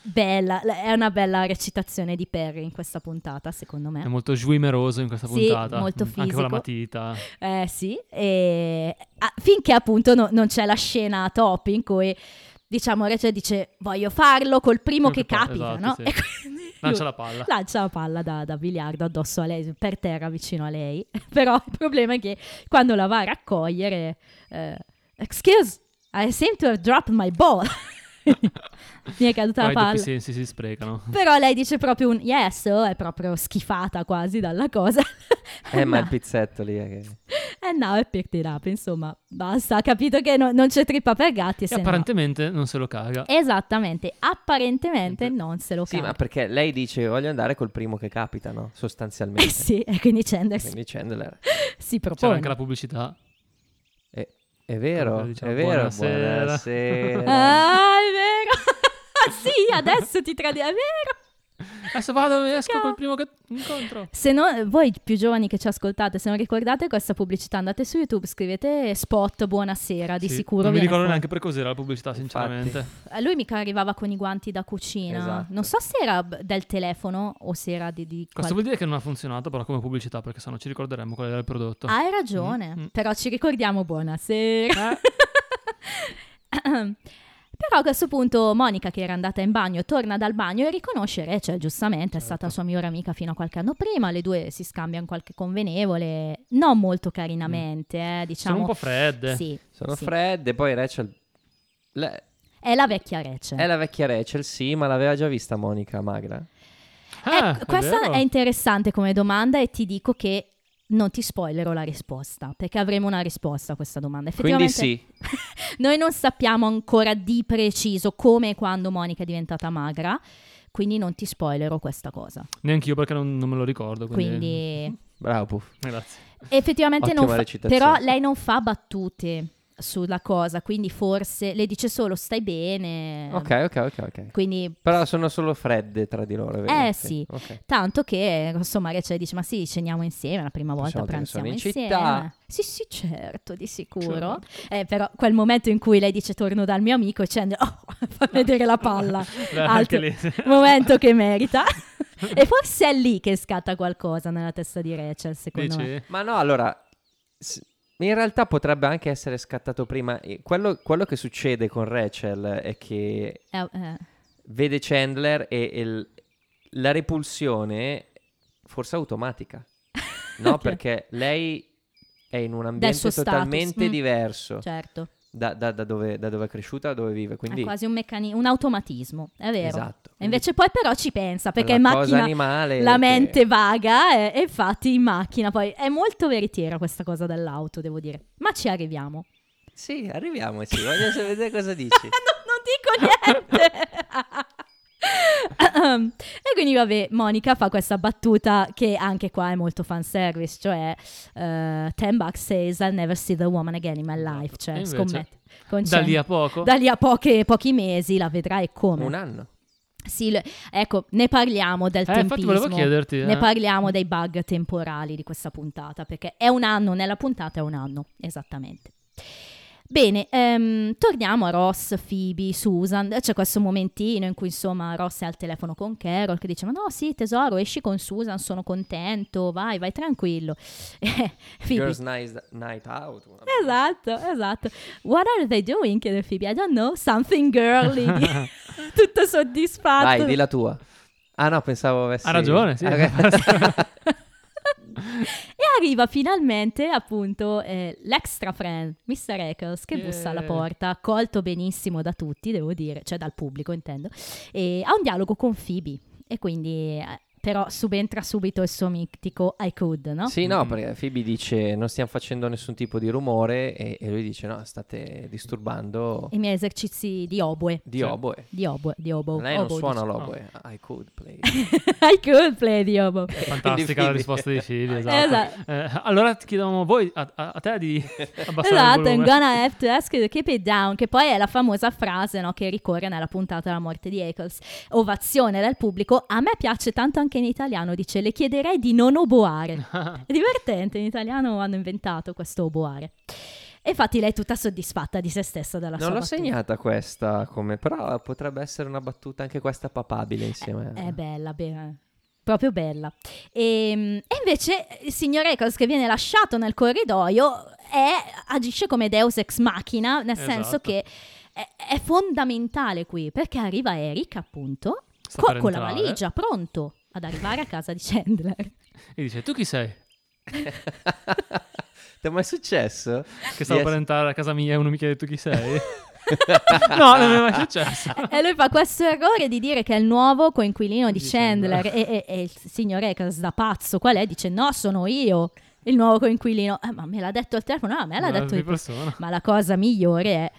bella. È una bella recitazione di Perry in questa puntata, secondo
È
me.
molto sguimeroso in questa
eh. Sì,
puntata.
molto
Mm, Anche con
fisico.
la matita.
Eh sì, e... ah, finché appunto no- non c'è la scena top in cui diciamo Rachel dice voglio farlo col primo
Quello
che
che fa-
capita,
esatto,
no?
sì.
E quindi
Lancia
lui
la palla.
lancia la palla da, da biliardo addosso a lei, per terra vicino a lei, però il problema è che quando la va a raccogliere, eh, excuse, I seem to have dropped my ball, mi è caduta
Poi
la
i doppi
palla.
sensi si sprecano.
Però lei dice proprio un yes, oh, è proprio schifata quasi dalla cosa.
Eh, ma
No.
il pizzetto lì è che...
Eh no, è picked it up, insomma, basta, ha capito che no- non c'è trippa per gatti e
E
se no-
apparentemente non se lo caga.
Esattamente, apparentemente non se lo
Sì, ma
cava.
perché lei dice voglio andare col primo che capita, no?
Eh
Sostanzialmente.
sì, eh e quindi Chandler si-
Quindi Chandler...
si
C'era
propone.
anche la pubblicità.
Eh, È vero,
Quello che diceva,
è vero.
"Buonasera". Eh,
buonasera.
Ah, è vero! sì, adesso ti tradi, è vero!
Adesso vado e esco
Cava.
col primo che incontro.
Se no, eh, voi più giovani che ci ascoltate, se non ricordate questa pubblicità, andate su YouTube, scrivete spot buonasera, di
Sì,
sicuro
Non mi
viene
ricordo
fuori.
neanche per cos'era la pubblicità, sinceramente.
Eh, Lui mica arrivava con i guanti da cucina.
Esatto.
Non so se era b- del telefono o se era di, di
Questo
qualche-
vuol dire che non ha funzionato però come pubblicità perché sennò ci ricorderemmo qual era il prodotto.
Hai ragione,
Certo. Mm, Eh? mm.
però ci ricordiamo buonasera. però a questo punto Monica, che era andata in bagno, torna dal bagno e riconosce Rachel, giustamente, è
Certo.
stata sua migliore amica fino a qualche anno prima, le due si scambiano qualche convenevole, non molto carinamente, eh,
Sono
diciamo.
Mm. un po' fredde.
Sì,
Sono
sì.
fredde, poi Rachel... le-
È la vecchia Rachel.
È la vecchia Rachel, sì, ma l'aveva già vista Monica Magra.
Ah,
Ecco, questa
vero?
è interessante come domanda e ti dico che non ti spoilerò la risposta, perché avremo una risposta a questa domanda.
Quindi
Effettivamente
sì,
noi non sappiamo ancora di preciso come e quando Monica è diventata magra, quindi non ti spoilerò questa cosa.
Neanche io perché non, non me lo ricordo. Quindi...
Quindi
bravo Puff.
Grazie.
effettivamente non
Ottima
fa-
recitazione.
però lei non fa battute sulla cosa, quindi forse le dice solo stai bene.
Ok, ok, ok, ok.
Quindi
Però sono solo fredde tra di loro, è vero?
Eh, sì.
Ok.
Tanto che, insomma, Rachel dice, ma sì, ceniamo insieme, la prima volta
Possiamo dire che
pranziamo
sono in
insieme.
città.
Sì, sì, certo, di sicuro. Eh, però quel momento in cui lei dice torno dal mio amico e Chandler, oh, fa vedere la palla.
Beh,
Altro-
anche lì.
momento che merita. e forse è lì che scatta qualcosa nella testa di Rachel, secondo me.
Dici?
Ma no, allora, s- in realtà potrebbe anche essere scattato prima. E Quello, quello che succede con Rachel è che
Eh, eh,
vede Chandler e, e l- la repulsione forse automatica. No,
Ok.
perché lei è in un ambiente
suo status,
totalmente
mm.
diverso
certo,
da, da- da dove, da dove è cresciuta, da dove vive. Quindi,
è quasi un, meccani- un automatismo, è vero.
esatto.
E invece poi però ci pensa,
Quindi
perché in
quella cosa
macchina...
animale
la
che-
mente vaga e, e infatti in macchina poi è molto veritiera questa cosa dell'auto devo dire ma ci arriviamo
Sì, arriviamoci, voglio solo vedere cosa dici.
non, non dico niente e quindi vabbè Monica fa questa battuta che anche qua è molto fanservice cioè eh, Ten Bucks says I'll never see the woman again in my life
Esatto. E
cioè
invece,
scommetto con
Da
Chandler.
lì a poco.
da lì a poche- pochi mesi la vedrai come
Un anno.
Sì, lo- ecco, ne parliamo del
Eh, infatti volevo
tempismo.
chiederti,
Ne
eh.
parliamo dei bug temporali di questa puntata, perché è un anno, nella puntata è un anno, esattamente. Bene, ehm, torniamo a Ross, Phoebe, Susan. C'è questo momentino in cui insomma Ross è al telefono con Carol che dice ma no sì tesoro esci con Susan, sono contento, vai, vai tranquillo. Eh, Phoebe,
Girls night, night out. vabbè.
Esatto, esatto. What are they doing? chiede Phoebe. I don't know, something girly. Tutto soddisfatto.
Dai, di la tua. Ah no, pensavo avessi... Ah,
Ha ragione, sì.
Ok.
E arriva finalmente appunto eh, l'extra friend, Mr. Eccles, che
Yeah.
bussa alla porta, accolto benissimo da tutti, devo dire, cioè dal pubblico intendo, e ha un dialogo con Phoebe. E quindi eh, però subentra subito il suo mitico I could, no?
Sì, no,
Mm.
perché Phoebe dice non stiamo facendo nessun tipo di rumore e, e lui dice no, state disturbando
I miei esercizi di oboe.
di
Sì.
oboe.
Di oboe, cioè, di oboe.
Lei non
oboe,
suona
dice.
l'oboe. I could play.
I could play di oboe.
Fantastica la
Phoebe.
risposta dei figli, esatto.
Esatto.
Eh, allora ti chiediamo voi, a, a- a te, di abbassare il
Esatto, I'm
volume.
gonna have to ask you to keep it down, che poi è la famosa frase no, che ricorre nella puntata della morte di Eccles. Ovazione dal pubblico, a me piace tanto anche in italiano, dice le chiederei di non oboare. È divertente, in italiano hanno inventato questo oboare. E infatti lei è tutta soddisfatta di se stessa dalla sua
Non l'ho
battuta.
segnata questa come, però potrebbe essere una battuta anche questa papabile insieme. a-
Eh, È bella, be- proprio bella. Ehm, E, invece il signor Eccles che viene lasciato nel corridoio è- agisce come Deus ex machina, nel
Esatto.
senso che è, è fondamentale qui, perché arriva Eric appunto
Sta
co-
per
con la
entrare.
valigia, pronto ad arrivare a casa di Chandler.
E dice, tu chi sei?
Ti è mai successo?
Che stavo
Di
per
ess-
entrare a casa mia e uno mi chiede tu chi sei? no, non mi è mai successo.
e lui fa questo errore di dire che è il nuovo coinquilino di
Di
Chandler e, e- e il signor Eccles da pazzo qual è? Dice no, sono io il nuovo coinquilino. "Eh, ma me l'ha detto il telefono? No, a me Eh, l'ha
Una
detto il
persona.
Ma la cosa migliore è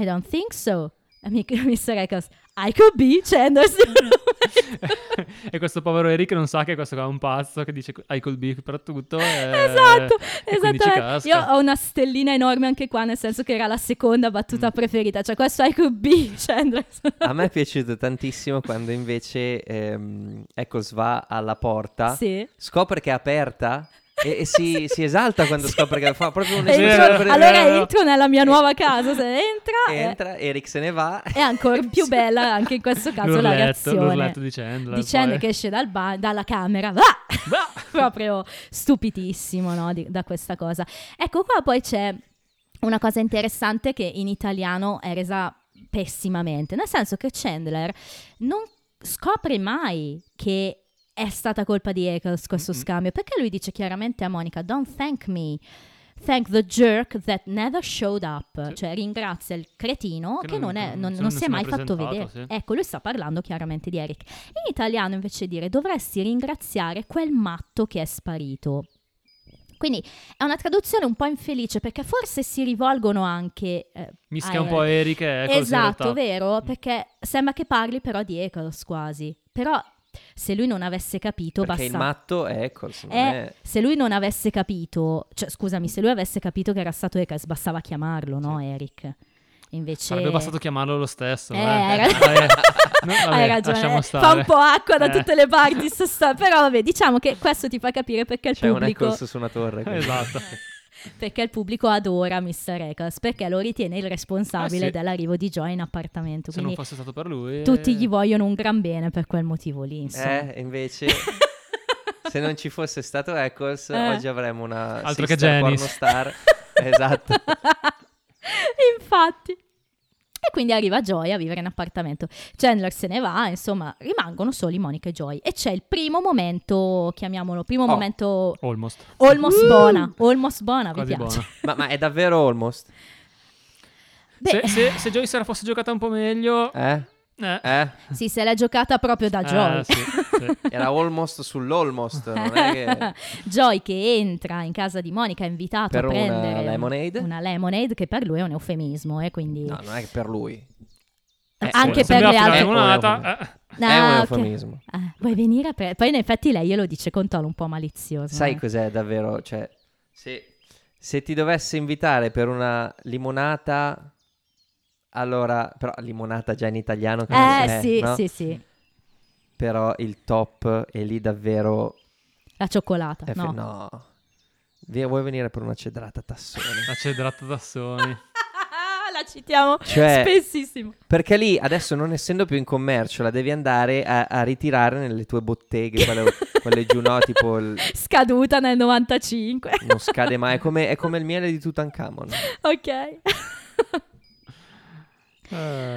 I don't think so. Amico Mr. Eccles, I could be Chandler's
e questo povero Eric non sa che questo qua è un pazzo che dice I could be per tutto. e-
Esatto,
Eh,
e quindi ci
esattamente. Io
casca.
ho una stellina enorme anche qua, nel senso che era la seconda
Mm.
battuta preferita, cioè questo I could be Chandler's.
A me è piaciuto tantissimo quando invece ehm, Eccles va alla porta,
Sì.
scopre che è aperta Ah, e, e si, si esalta quando
Sì.
scopre che fa proprio un
Entro-
esempio per-
allora
eh, no.
entro nella mia nuova casa, se entra, eh,
Entra, Eric se ne va.
è ancora più bella anche in questo caso la
L'urletto,
reazione
l'urletto di Chandler.
di Chandler
poi.
che esce dal ba- dalla camera. Ah!
Bah!
proprio stupidissimo no, di- da questa cosa. Ecco qua poi c'è una cosa interessante che in italiano è resa pessimamente, nel senso che Chandler non scopre mai che è stata colpa di Eccles questo
Mm-mm.
scambio, perché lui dice chiaramente a Monica, don't thank me. Thank the jerk that never showed up,
Sì.
cioè ringrazia il cretino che,
Che
non,
non-
è- non-
non-
non
non
si
si
è
è
mai
mai
fatto
presentato,
vedere.
sì.
Ecco, lui sta parlando chiaramente di Eric. In italiano invece dire dovresti ringraziare quel matto che è sparito. Quindi è una traduzione un po' infelice perché forse si rivolgono anche... eh,
Mischia
a
un po' Eric e Eccles in
Esatto,
realtà. Mm.
vero? Perché sembra che parli però di Eccles quasi. Però se lui non avesse capito
Perché il
basta...
matto è ecco, Eccles, non
Eh,
è...
se lui non avesse capito, cioè scusami, se lui avesse capito che era stato Eccles, bastava chiamarlo, no, Eric? Invece...
Sarebbe bastato chiamarlo lo stesso.
Eh,
eh.
hai ragione.
Vabbè, no, vabbè,
Hai ragione,
Lasciamo
eh,
stare.
fa un po' acqua da
Eh.
tutte le parti, so sta- però vabbè, diciamo che questo ti fa capire perché il,
C'è un
pubblico,
Eccles su una torre. quindi.
Esatto.
perché il pubblico adora Mr. Eccles, perché lo ritiene il responsabile
Eh sì.
dell'arrivo di Joy in appartamento,
Se non Eh.
quindi
fosse stato per lui...
tutti gli vogliono un gran bene per quel motivo lì, insomma.
Eh, invece... Se non ci fosse stato Eccles,
Eh.
oggi avremmo una
Altro che
sister
Janice.
pornostar. esatto.
Infatti. E quindi arriva Joy a vivere in appartamento. Chandler se ne va, insomma, rimangono soli Monica e Joy. E c'è il primo momento, chiamiamolo, primo
Oh.
momento
Almost.
almost buona. Almost buona, vi
Quasi
piace?
buono.
Ma, ma è davvero almost?
Beh,
Se, se, se Joyce era fosse giocata un po' meglio...
Eh?
Eh,
Eh?
Sì, se l'è giocata proprio
Ah,
da
Eh,
Joy.
sì, sì.
Era almost sull'almost, non è che...
Joy che entra in casa di Monica, è invitato
Per
a
una
prendere un-
lemonade?
una lemonade che per lui è un eufemismo, eh, quindi
No, non è che per lui.
Eh,
Cioè,
anche per
Sembrava
le
finale
altre-
limonata, eh.
è un
Ah, ok.
eufemismo.
Ah, vuoi venire a pre- Poi in effetti lei glielo dice con tono un po' malizioso.
Sai
eh.
cos'è davvero? Cioè, se, se ti dovesse invitare per una limonata, allora, però limonata già in italiano, che non
Eh,
è,
sì,
no?
sì, sì.
Però il top è lì davvero...
La cioccolata,
è fe-
no.
Eh, no. Vi- Vuoi venire per una cedrata tassone?
La cedrata da Sony.
La citiamo
Cioè-
spessissimo.
Perché lì adesso non essendo più in commercio la devi andare a, a ritirare nelle tue botteghe, quelle, quelle giù no, tipo il-
Scaduta nel 95.
non scade mai, è come, è come il miele di Tutankhamon.
ok.
Eh,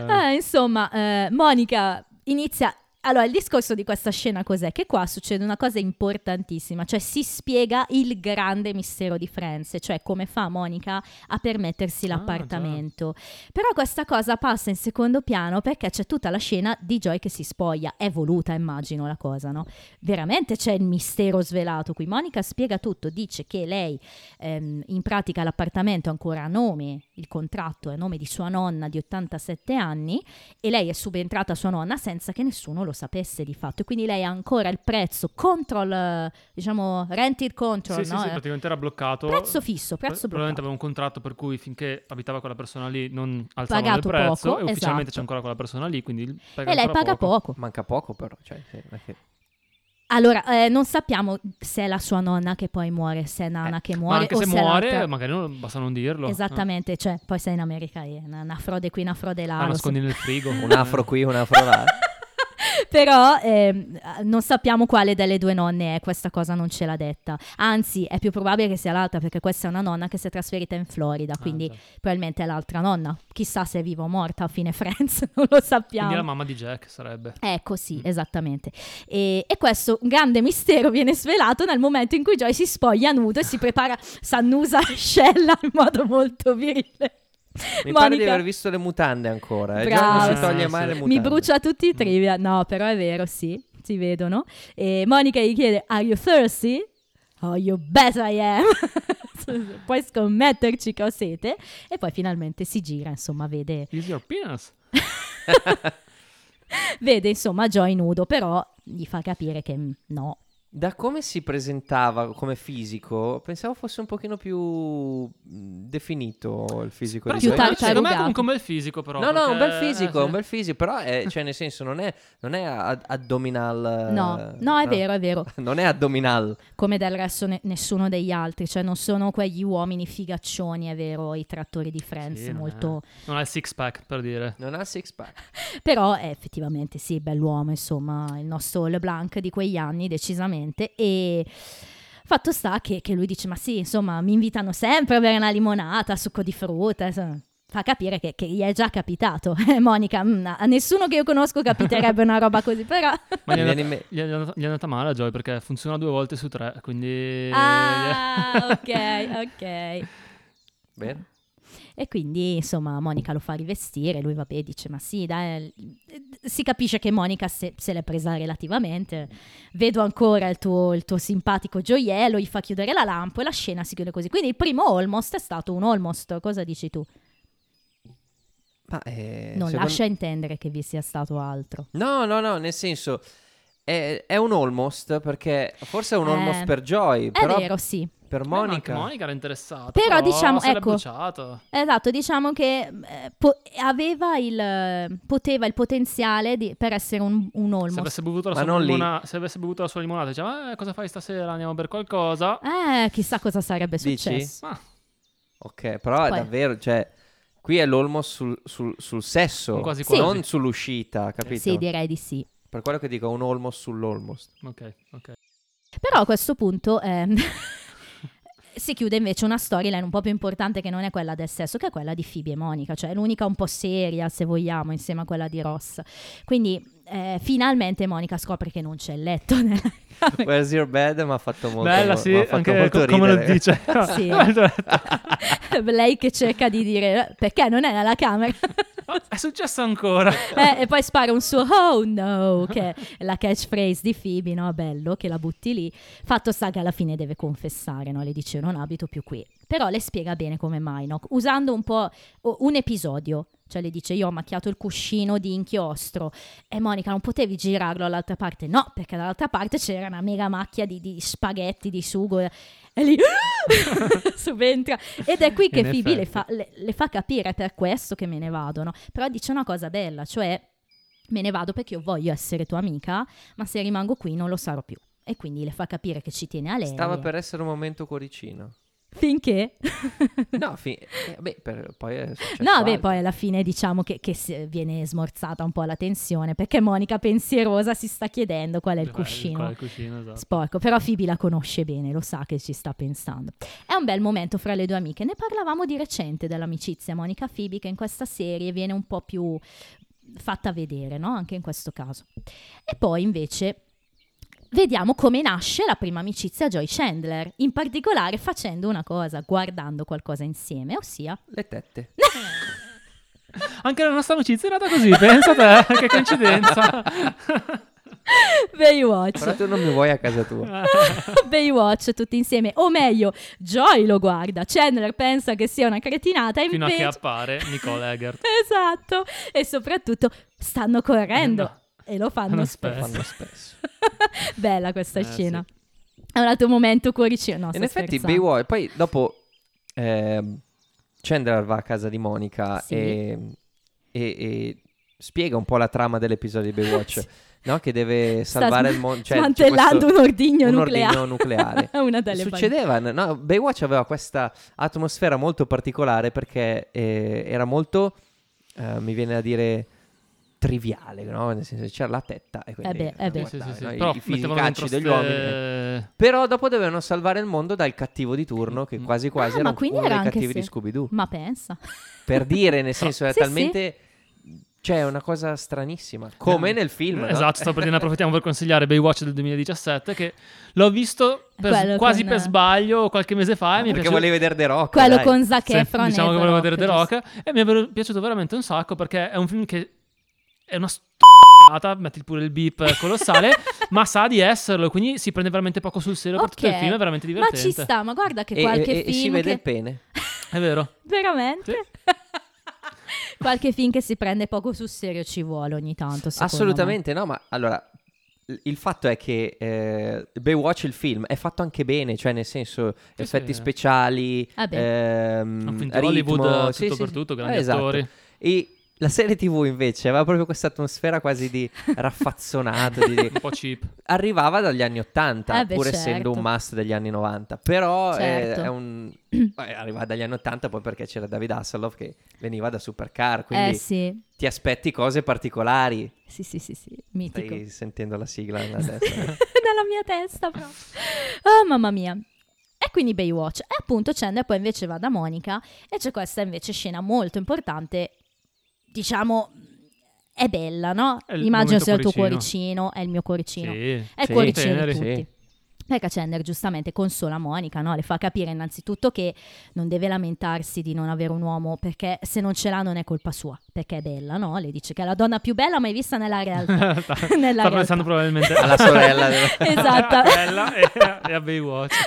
Eh, insomma, eh, Monica inizia Allora, il discorso di questa scena cos'è? Che qua succede una cosa importantissima, cioè si spiega il grande mistero di Friends, cioè come fa Monica a permettersi
Ah,
l'appartamento. Però questa cosa passa in secondo piano perché c'è tutta la scena di Joy che si spoglia, è voluta immagino la cosa, no? Veramente c'è il mistero svelato qui. Monica spiega tutto, dice che lei ehm, in pratica l'appartamento è ancora a nome, il contratto è a nome di sua nonna di 87 anni e lei è subentrata a sua nonna senza che nessuno lo sapesse di fatto e quindi lei ha ancora il prezzo control eh, diciamo rented control
Sì, sì,
no?
sì,
Eh,
praticamente era bloccato.
prezzo fisso
Pro-
prezzo
Probabilmente
bloccato
aveva un contratto per cui finché abitava quella persona lì non alzavano
Pagato
il prezzo
poco,
e ufficialmente
esatto.
c'è ancora quella persona lì, quindi il- paga
e lei
ancora
paga poco.
Manca poco però, cioè, sì, non è che-
Allora, eh, non sappiamo se è la sua nonna che poi muore, se è Nana che
Eh,
muore.
Ma anche
o
se
se è
muore,
l'altra.
magari non, basta non dirlo.
Esattamente, cioè, poi sei in America, è una, una frode qui, una frode là.
Eh, La
lo
nascondi
so.
nel frigo.
un afro qui, un afro là.
Però ehm, non sappiamo quale delle due nonne è, questa cosa non ce l'ha detta. Anzi, è più probabile che sia l'altra, perché questa è una nonna che si è trasferita in Florida,
Ah,
quindi
già.
probabilmente è l'altra nonna. Chissà se è viva o morta a fine Friends, non lo sappiamo.
Quindi la mamma di Jack sarebbe.
Ecco, sì,
Mm.
esattamente. E, e questo grande mistero viene svelato nel momento in cui Joy si spoglia nudo e si prepara, s'annusa ascella in modo molto virile.
Mi pare di
Monica,
aver visto le mutande ancora. eh. Già
Brava.
non si toglie
Ah,
mai
sì.
le
Mi
mutande.
mi brucia tutti i
Mm.
trivia. No, però è vero, sì, si vedono. E Monica gli chiede, are you thirsty? Oh, you bet I am. Puoi scommetterci che ho sete. E poi finalmente si gira, insomma, vede
Is your penis?
vede insomma Joy nudo, però gli fa capire che mm, no.
Da come si presentava come fisico, pensavo fosse un pochino più mh, definito il fisico
Però
di
Più
secondo me-
Joy.
tartaruga.
secondo me è comunque un bel fisico, però.
No, no, un bel
perché-
fisico,
eh,
un
sì.
bel fisico, però è, cioè nel senso non è, non è ad- addominal. eh,
No, no, è vero, è vero.
Non è addominal.
Come del resto ne- nessuno degli altri, cioè non sono quegli uomini figaccioni, è vero, i trattori di Friends,
Sì, non è-
molto...
Non ha il six pack, per dire.
Non ha six pack.
Però eh, effettivamente sì, bell'uomo, insomma, il nostro LeBlanc di quegli anni, decisamente. E fatto sta che, che lui dice, ma sì, insomma, mi invitano sempre a bere una limonata, succo di frutta, insomma. Fa capire che, che gli è già capitato. Eh, Monica, mm, a nessuno che io conosco capiterebbe una roba così, però...
Ma gli è,
Mi
andata,
viene in me-
gli è andata- gli è andata male a Joy perché funziona due volte su tre, quindi...
Ah, ok, ok.
Bene.
E quindi, insomma, Monica lo fa rivestire, lui vabbè dice, ma sì, dai, si capisce che Monica se, se l'è presa relativamente, vedo ancora il tuo, il tuo simpatico gioiello, gli fa chiudere la lampo e la scena si chiude così. Quindi il primo almost è stato un almost, cosa dici tu?
Ma, eh,
non
secondo-
lascia intendere che vi sia stato altro.
No, no, no, nel senso è, è un almost perché forse è un
Eh,
almost per Joy,
È
però
vero, sì.
per
Beh, ma anche
Monica.
Monica era interessata.
Però, diciamo,
se l'è
ecco-
bruciato.
Esatto, diciamo che eh, po- aveva il, poteva il potenziale di- per essere un, un
Se
almost.
avesse, bevuto la
Ma
sua
non lì.
limona- se avesse bevuto la sua limonata, diceva, "Eh, cosa fai stasera? Andiamo a bere qualcosa?
Eh, chissà cosa sarebbe
Dici?
successo.
Ma
Ok, però è
Poi-
davvero, cioè qui è l'almost sul, sul- sul sesso,
Un quasi
quasi.
non sull'uscita, capito?
Sì, direi di sì.
Per quello che dico, un almost sull'almost.
Ok, ok.
Però a questo punto ehm, si chiude invece una storyline un po' più importante che non è quella del sesso, che è quella di Phoebe e Monica, cioè l'unica un po' seria, se vogliamo, insieme a quella di Ross. Quindi eh, finalmente Monica scopre che non c'è il letto. nella camera.
Where's your bed? Mi ha fatto molto
Bella,
mi
sì,
ha fatto
anche
molto
co- come lo
ridere.
dice.
Sì.
Ah,
Lei che cerca di dire "Eh, perché non è nella camera
è successo ancora.
Eh, e poi spara un suo oh no, che è la catchphrase di Phoebe, no? Bello, che la butti lì. Fatto sta che alla fine deve confessare, no? Le dice "Io non abito più qui. Però le spiega bene come mai, no? Usando un po' o- un episodio. Cioè le dice io ho macchiato il cuscino di inchiostro e Monica non potevi girarlo all'altra parte? No, perché dall'altra parte c'era una mega macchia di, di spaghetti, di sugo e e lì subentra. Ed è qui che
In
Phoebe le
effetti.
fa, le- le fa capire "È per questo che me ne vado, no? Però dice una cosa bella, cioè me ne vado perché io voglio essere tua amica, ma se rimango qui non lo sarò più. E quindi le fa capire che ci tiene a lei.
Stava per essere un momento cuoricino.
Finché...
No, fi- eh, beh, per- poi è successo
No, beh,
altro.
poi alla fine diciamo che, che si- viene smorzata un po' la tensione perché Monica pensierosa si sta chiedendo qual è il
Qual è
cuscino.
il cuscino, esatto.
Sporco, ecco, però Phoebe la conosce bene, lo sa che ci sta pensando. È un bel momento fra le due amiche. Ne parlavamo di recente dell'amicizia Monica Phoebe che in questa serie viene un po' più fatta vedere, no? Anche in questo caso. E poi invece vediamo come nasce la prima amicizia Joy Chandler, in particolare facendo una cosa, guardando qualcosa insieme, ossia
Le tette.
Anche la nostra amicizia è nata così, pensa te, che coincidenza.
Baywatch.
Però tu non mi vuoi a casa
Eh,
tua.
Baywatch tutti insieme, o meglio, Joy lo guarda, Chandler pensa che sia una cretinata,
Fino a
invece...
che appare Nicole Eggert.
Esatto, e soprattutto stanno correndo
Eh, No.
e lo fanno
Fanno
spesso.
spesso.
Fanno spesso.
Bella questa
Eh,
scena. È un altro momento cuoricino. No,
In
sto
effetti,
scherzando.
Baywatch. Poi dopo ehm, Chandler va a casa di Monica
Sì.
e, e- e spiega un po' la trama dell'episodio di Baywatch.
Sì.
no? Che deve
Sta
salvare
sm-
il mondo. Cioè, c'è
smantellando
questo-
un ordigno
un
nucleare.
ordigno nucleare.
Una delle
Succedeva, no? Baywatch aveva questa atmosfera molto particolare perché eh, era molto, eh, mi viene da dire, triviale, no? Nel senso che c'era la tetta e quindi
Eh beh, eh beh.
Sì,
guardare,
sì, sì, sì.
no? I-
Però
i
mettevano dentro
fisicacci degli
ste-
uomini. eh. Però dopo dovevano salvare il mondo dal cattivo di turno che
Mm.
quasi quasi
Ah,
era
ma
un-
quindi
uno
era
dei
anche
cattivi
se-
di Scooby-Doo.
Ma pensa.
Per dire, nel senso, è
Sì, sì.
talmente... Cioè, è una cosa stranissima. Come nel film, no?
Esatto, sto per dire, ne approfittiamo per consigliare Baywatch del 2017 che l'ho visto per-
Quello
quasi
con-
per sbaglio qualche mese fa e mi è
Ah, Perché
piaciuto.
volevi vedere The Rock,
Quello
dai.
con Zac
Sì,
Efron. e
diciamo che
The
volevo vedere The
giusto?
Rock e mi è ver- piaciuto veramente un sacco perché è un film che è una stata metti pure il beep eh, colossale, ma sa di esserlo, quindi si prende veramente poco sul serio per tutto il
Ok.
film, è veramente
Ma
divertente.
ci sta, ma guarda che
E,
qualche
e- e si
film.
vede
che-
il pene.
È vero.
Veramente? qualche film che si prende poco sul serio ci vuole ogni tanto. secondo
Assolutamente no, ma allora l- il fatto è che eh, Baywatch il film è fatto anche bene, cioè nel senso
Sì,
effetti
sì.
speciali,
eh. Ah,
ehm,
Un film di
ritmo,
Hollywood tutto
sì, sì,
per
sì.
tutto,
Eh,
grandi
esatto.
attori.
E la serie TV invece aveva proprio questa atmosfera quasi di raffazzonato, di- di-
Un po' cheap.
arrivava dagli anni 80,
Eh, beh,
pur
certo.
essendo un must degli anni 90, però è-
Certo.
è, un Beh, arrivava dagli anni 80 poi perché c'era David Hasselhoff che veniva da Supercar,
me.
quindi
Eh sì.
ti aspetti cose particolari.
Sì, sì, sì, sì, mitico.
Stai sentendo la sigla adesso. eh?
dalla mia testa proprio. Oh, mamma mia. E quindi Baywatch. E appunto Chandler poi invece va da Monica e c'è questa invece scena molto importante, diciamo, è bella, no?
È il
Immagino
momento
sia il tuo
cuoricino.
cuoricino, è il mio cuoricino.
Sì.
È il
Sì,
cuoricino di
teneri,
tutti.
sì.
Perché Chandler giustamente consola Monica, no? le fa capire innanzitutto che non deve lamentarsi di non avere un uomo perché se non ce l'ha non è colpa sua, perché è bella, no? le dice che è la donna più bella mai vista nella realtà.
sta
Nella
sta
realtà.
pensando probabilmente
Alla sorella della-
Esatto.
bella e, a- e a Baywatch.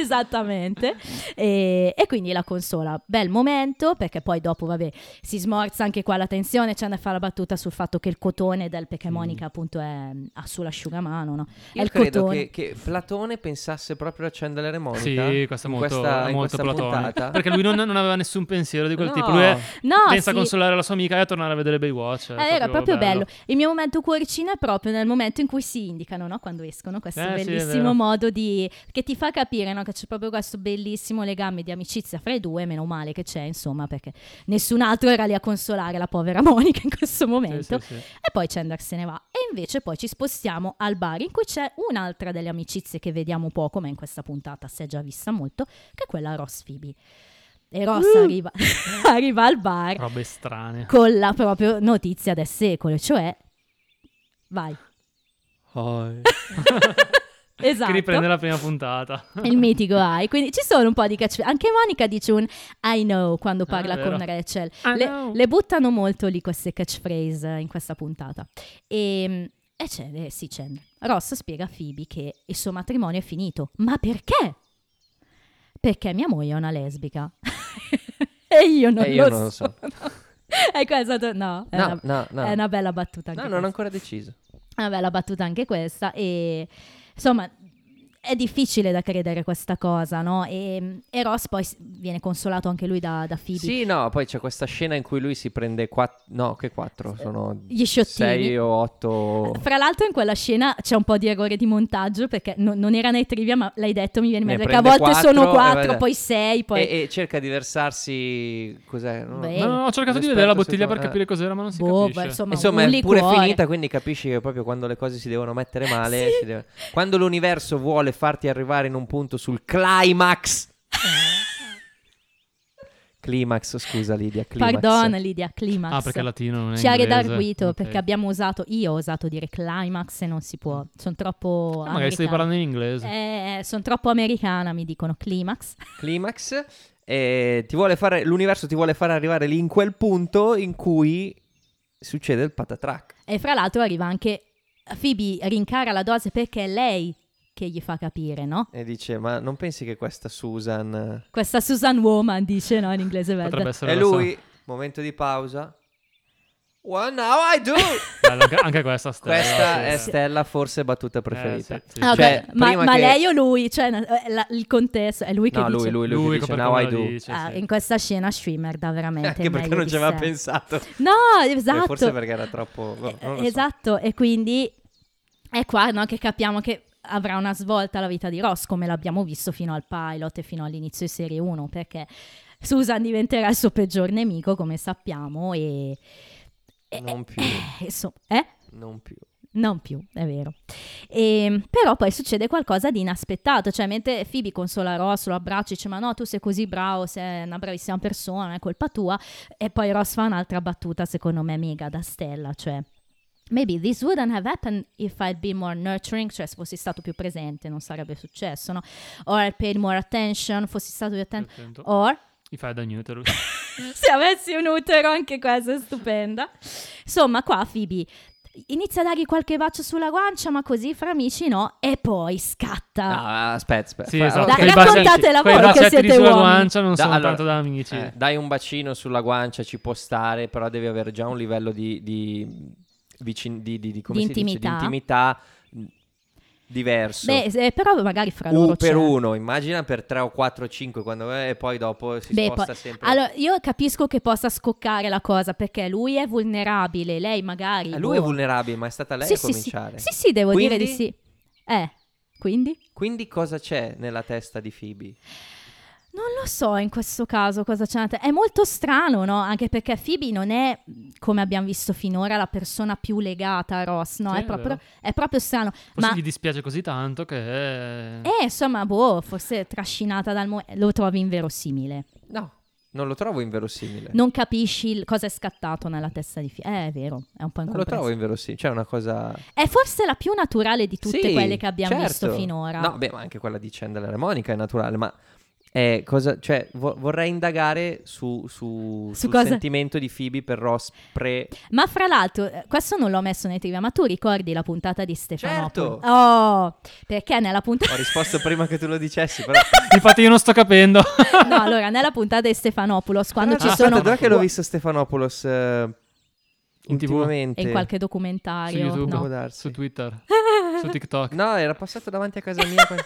Esattamente. E, e quindi la consola. Bel momento, perché poi dopo, vabbè, si smorza anche qua la tensione. C'è da fare la battuta sul fatto che il cotone del perché
Mm.
Monica, appunto, è, ha sull'asciugamano. No? È
Io
il
credo
cotone.
che, che Platone pensasse proprio a Chandler e Monica.
Sì, questo è
in
molto,
questa- in
molto
questa
platonico.
puntata.
Perché lui non, non aveva nessun pensiero di quel
No. Eh,
tipo. Lui è-
No,
pensa a
sì.
consolare la sua amica e a tornare a vedere Baywatch.
È vero, è Eh, proprio bello. Il mio momento cuoricino è proprio nel momento in cui si indicano, no? quando escono, questo
Eh, sì, è
bellissimo
vero.
modo di... che ti fa capire no? che c'è proprio questo bellissimo legame di amicizia fra i due, meno male che c'è, insomma, perché nessun altro era lì a consolare la povera Monica in questo momento.
Sì, sì, sì.
E poi Chandler se ne va. E invece poi ci spostiamo al bar in cui c'è un'altra delle amicizie che vediamo poco, ma in questa puntata si è già vista molto, che è quella Ross Phoebe. E Ross
Uh!
arriva, arriva al bar
Robe strane.
con la propria notizia del secolo, cioè... Vai.
Oh,
Esatto.
Che riprende la prima puntata.
Il mitico I. Quindi ci sono un po' di catch. Anche Monica dice un I know quando
Ah,
parla
è vero.
con Rachel.
I
le,
know.
le buttano molto lì queste catchphrase eh, in questa puntata. E, e c'è, eh, sì, c'è. Ross spiega a Phoebe che il suo matrimonio è finito. Ma perché? Perché mia moglie è una lesbica. e io non lo
Eh, io non lo
so.
so.
è questa, no, è,
No,
una,
no, no.
è una bella battuta. Anche
No, non
questa.
ho ancora deciso.
Una bella battuta anche questa e insomma è difficile da credere questa cosa, no? E, e Ross poi s- viene consolato anche lui da, da Phoebe.
Sì, no, poi c'è questa scena in cui lui si prende quattro... No, che quattro? Sono
Gli sciottini.
sei o otto...
Fra l'altro in quella scena c'è un po' di errore di montaggio perché no- non era nei trivia ma l'hai detto mi viene in
Ne
mente perché a
prende
volte sono
quattro, eh,
quattro,
vabbè.
poi sei, poi...
E, e cerca di versarsi... Cos'è? No,
Beh,
No, no, ho cercato di
L'esperto
vedere la bottiglia
secondo-
per capire cos'era, ma non si
boh, beh,
capisce.
insomma,
Insomma,
un
è pure
liquore. Eh,
finita, quindi capisci che proprio quando le cose si devono mettere male,
Sì.
si deve- quando l'universo vuole farti arrivare in un punto sul climax. Climax, scusa Lidia, climax.
Pardon, Lidia, climax.
Ah, perché è latino non è
Ci ha
inglese.
redarguito
Ok.
perché abbiamo usato, io ho osato dire climax e non si può, sono troppo...
Ah, Magari stai
americana.
parlando in inglese.
Eh, sono troppo americana, mi dicono climax.
Climax. eh, ti vuole fare, l'universo ti vuole far arrivare lì in quel punto in cui succede il patatrack.
E fra l'altro arriva anche Phoebe rincara la dose perché è lei che gli fa capire, no?
E dice, ma non pensi che questa Susan...
Questa Susan Woman dice, no, in inglese verde.
Potrebbe essere
E
la sua-
lui, momento di pausa. Well, now I do!
Bella, anche, Eh, anche questa stella.
Questa
sì,
è
sì.
Stella forse battuta preferita.
Eh, sì, sì,
Ah, ok,
sì.
Cioè,
ma,
prima
ma
che-
lei o lui? Cioè, eh, la- il contesto è lui che
No,
dice.
lui, lui, lui,
Lui
che dice
per
now
come
I
la
do.
dice,
Ah,
sì.
in questa scena Schwimmer dà veramente il
Anche perché
meglio
non
di
ci aveva
sé.
pensato.
No,
E
esatto.
Eh, Forse perché era troppo... boh, non lo so.
esatto, e quindi è qua no, che capiamo che avrà una svolta la vita di Ross, come l'abbiamo visto fino al pilot e fino all'inizio di serie 1, perché Susan diventerà il suo peggior nemico, come sappiamo, e... e-
Non più.
e- insomma, eh?
Non più.
Non più, è vero. E, però poi succede qualcosa di inaspettato, cioè mentre Phoebe consola Ross, lo abbraccia e dice ma no, tu sei così bravo, sei una bravissima persona, è colpa tua, e poi Ross fa un'altra battuta secondo me mega da stella, cioè maybe this wouldn't have happened if I'd been more nurturing, cioè se fossi stato più presente non sarebbe successo, no? Or I paid more attention, fossi stato più attento,
Attento.
or
I fai da Newton.
Ah, se avessi un utero, anche questa è stupenda. Insomma, qua Phoebe inizia a dargli qualche bacio sulla guancia, ma così fra amici no, e poi scatta.
Ah, aspetta, aspetta.
Sì,
Fa-
esatto.
Dai,
Quei
ok.
bacetti-
raccontatela
quei
voi che
bacetti di
siete
sulla
uomini.
guancia non
Da-
sono
allora,
tanto da amici.
Eh, dai un bacino sulla guancia, ci può stare, però devi avere già un livello di, di, vicin- di, di- di- come
Di
si dice? Di
intimità.
intimità, mh, diverso.
Beh, se- però magari fra
un
loro
per
c'è.
uno, immagina per tre o quattro o cinque, quando, eh, e poi dopo si
Beh,
sposta
poi-
sempre.
Allora, io capisco che possa scoccare la cosa perché lui è vulnerabile, lei magari.
Eh, lui è
boh.
vulnerabile, ma è stata lei
Sì,
a
sì, sì.
cominciare.
Sì, sì, devo
Quindi?
dire di sì. Eh, quindi?
Quindi cosa c'è nella testa di Phoebe?
Non lo so in questo caso cosa c'è. È molto strano, no? Anche perché Phoebe non è, come abbiamo visto finora, la persona più legata a Ross, no?
Sì,
è,
è
proprio,
vero.
è proprio strano.
Forse
ma
gli dispiace così tanto
Eh.
che...
è, insomma, boh, forse trascinata dal momento. Lo trovi inverosimile.
No, non lo trovo inverosimile.
Non capisci il- cosa è scattato nella testa di Phoebe. Eh, è vero, è un po'
non lo trovo
incomprensibile.
inverosimile, cioè è una cosa...
È forse la più naturale di tutte
Sì,
quelle che abbiamo
certo.
visto finora.
No, beh, ma anche quella di Chandler e Monica è naturale, ma è cosa, cioè, vo- vorrei indagare su, su,
Su
sul
cosa?
sentimento di Phoebe per Ross pre...
Ma fra l'altro, eh, questo non l'ho messo nei trivia, ma tu ricordi la puntata di Stefano?
Certo.
Oh, perché nella puntata...
Ho risposto prima che tu lo dicessi, però...
Infatti io non sto capendo.
No, allora, nella puntata di Stefanopoulos, quando
Però
ci
Ah, aspetta,
sono...
dov'è che l'ho visto Stefanopoulos eh,
In TV?
ultimamente?
In qualche
Su
documentario.
YouTube,
Può
no.
darsi.
su Twitter, su TikTok.
No, era passato davanti a casa mia. quando-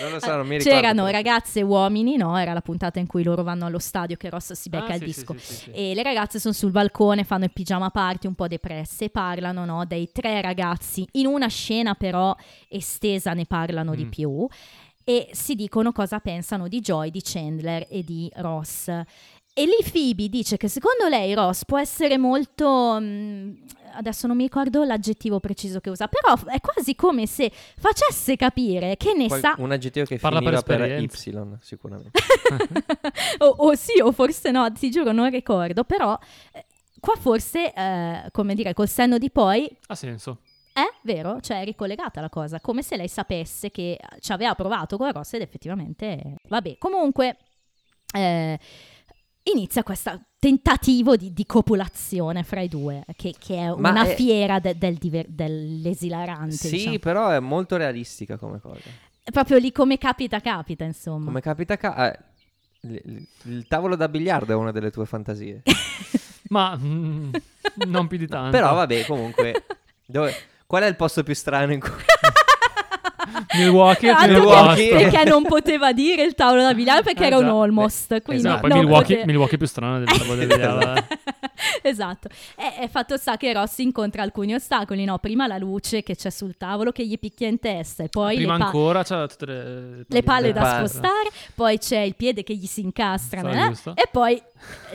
Non lo so, non mi ricordo.
C'erano
però.
ragazze e uomini, no? Era la puntata in cui loro vanno allo stadio che Ross si becca
Ah,
il
sì, sì,
disco.
sì, sì, sì.
E le ragazze sono sul balcone, fanno il pigiama party un po' depresse, parlano no, dei tre ragazzi. In una scena però estesa ne parlano di
Mm.
più e si dicono cosa pensano di Joy, di Chandler e di Ross. E lì Phoebe dice che secondo lei Ross può essere molto... mm, adesso non mi ricordo l'aggettivo preciso che usa, però è quasi come se facesse capire che ne
Qual-
sa
Un aggettivo che
Parla per
finiva per,
esperienza.
Y, sicuramente.
o, o sì, o forse no, ti giuro, non ricordo, però eh, qua forse, eh, come dire, col senno di poi
Ha senso.
è vero, cioè è ricollegata la cosa, come se lei sapesse che eh, ci aveva provato con Ross ed effettivamente, vabbè, comunque eh, inizia questo tentativo di, di copulazione fra i due, che, che è
Ma
una
è-
fiera de- del diver- dell'esilarante.
sì,
diciamo.
però è molto realistica come cosa.
È Proprio lì come capita, capita, insomma.
Come capita ca- eh, l- l- il tavolo da biliardo è una delle tue fantasie.
Ma mm, non più di tanto.
Però vabbè, comunque dove- qual è il posto più strano in cui
Milwaukee,
Altro che-
Milwaukee.
perché non poteva dire il tavolo da biliardo perché
Eh,
era un
già.
almost. Quindi
No,
Esatto.
poi
non
Milwaukee,
poteva-
Milwaukee è più strana del tavolo del diavolo, eh.
esatto. E, e fatto sta che Ross incontra alcuni ostacoli, no? Prima la luce che c'è sul tavolo che gli picchia in testa e poi
Prima
le, pa-
ancora eh, c'ha tutte le,
le palle
Le
da
palle.
spostare, poi c'è il piede che gli si incastra
Sarà
né?
giusto.
e poi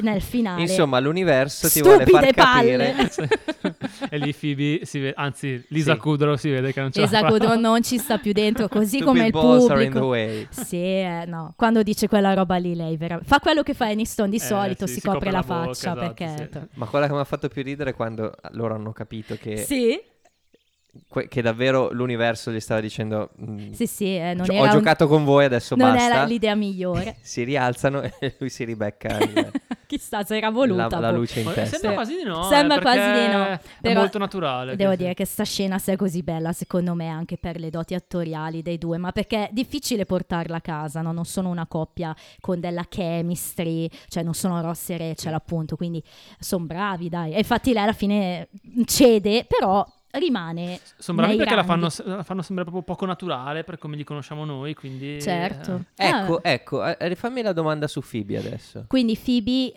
nel finale.
Insomma, l'universo ti
Stupide
vuole far
palle.
capire.
e lì Phoebe si vede, anzi Lisa
Sì.
Kudrow si vede che non ce la fa.
Esatto, non ci sta più dentro, così
cioè Stupid
come il
balls are in the
pubblico.
way.
Sì, eh, no, quando dice quella roba lì lei vera- fa quello che fa Aniston di
Eh,
solito,
sì,
si, copre, la,
bocca,
faccia
esatto,
perché...
sì.
Ma quella che mi ha fatto più ridere è quando loro hanno capito che,
Sì,
que- che davvero l'universo gli stava dicendo: "Mm,
sì, sì, eh, non
gio-
era
Ho
un-
giocato con voi, adesso
non
basta.
era l'idea migliore.
Si rialzano e lui si ribecca il-
Chissà se era
la,
voluta.
la
boh.
luce in
Ma
testa.
Eh, Sembra quasi di no.
Sembra
eh,
quasi
perché
di no,
È
però
molto naturale.
Devo
quindi-
dire che sta scena se è così bella, secondo me, anche per le doti attoriali dei due, ma perché è difficile portarla a casa, no? non sono una coppia con della chemistry, cioè non sono Ross e Rachel appunto, quindi sono bravi, dai. E infatti lei alla fine cede, però rimane...
Sono bravi
nei
perché la fanno,
ranghi.
la fanno sembrare proprio poco naturale per come li conosciamo noi, quindi... eh.
Certo.
Ecco,
Ah,
ecco, eh, rifammi la domanda su Phoebe adesso.
quindi Phoebe... eh,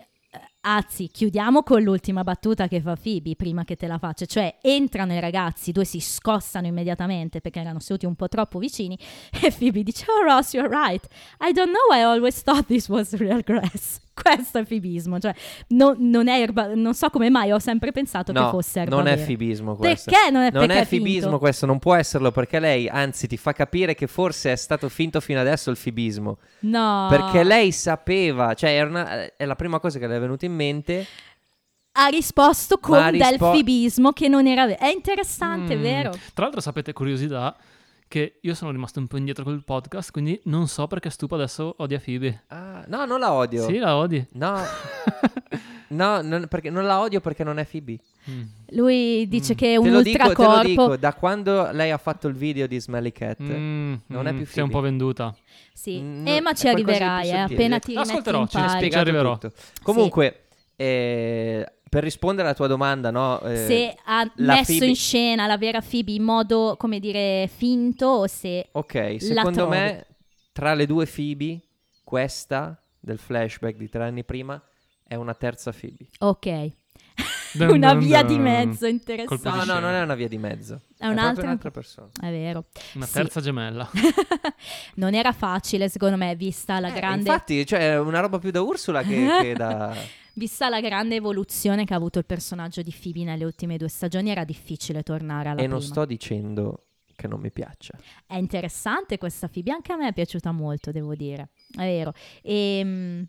Anzi, chiudiamo con l'ultima battuta che fa Phoebe prima che te la faccia, cioè entrano i ragazzi, i due si scossano immediatamente perché erano seduti un po' troppo vicini e Phoebe dice, oh Ross, you're right, I don't know, I always thought this was real grass. Questo è fibismo, cioè non, non è erba, non so come mai ho sempre pensato che
No,
fosse erba
non è
vera.
fibismo questo.
Perché non è,
Non
perché
è fibismo
finto?
questo, non può esserlo perché lei anzi ti fa capire che forse è stato finto fino adesso il fibismo.
No.
Perché lei sapeva, cioè era una- è la prima cosa che le è venuta in mente.
ha risposto con
ha rispo-
del fibismo che non era vero. È interessante,
Mm.
vero?
Tra l'altro sapete, curiosità, che io sono rimasto un po' indietro col podcast, quindi non so perché Stupa adesso odia Phoebe.
Ah, no, non la odio.
Sì, la odi.
No, no non, perché, non la odio perché non è Phoebe.
Mm.
Lui dice
Mm.
che è
te
un
lo dico, te lo
ultracorpo.
dico, da quando lei ha fatto il video di Smelly Cat.
Mm,
Non è più
Sei un
Phoebe.
po' venduta.
Sì.
Mm,
eh, ma
è
ci
qualcosa di più
arriverai, eh,
sottile.
appena ti rimetti
Ascolterò,
in
ce ne
pari.
spiega- Ci arriverò.
tutto. Comunque, eh, per rispondere alla tua domanda, no? eh,
Se ha
la
messo
Phoebe-
in scena la vera Phoebe in modo, come dire, finto o se...
ok,
la
secondo
trovi.
me tra le due Phoebe, questa del flashback di tre anni prima è una terza Phoebe.
Ok.
Dun,
Una
dun,
via
dun.
di mezzo
Colpo
interessante.
di
No, no,
scena.
non è una via di mezzo.
È
proprio
un'altra-
un'altra persona.
È vero.
Una
Sì.
terza gemella.
non era facile, secondo me, vista la,
Eh,
grande,
infatti, cioè, è una roba più da Ursula che, che da...
vista la grande evoluzione che ha avuto il personaggio di Phoebe nelle ultime due stagioni, era difficile tornare alla
e
prima.
non sto dicendo che non mi piaccia.
È interessante questa Phoebe, anche a me è piaciuta molto, devo dire. È vero. Ehm,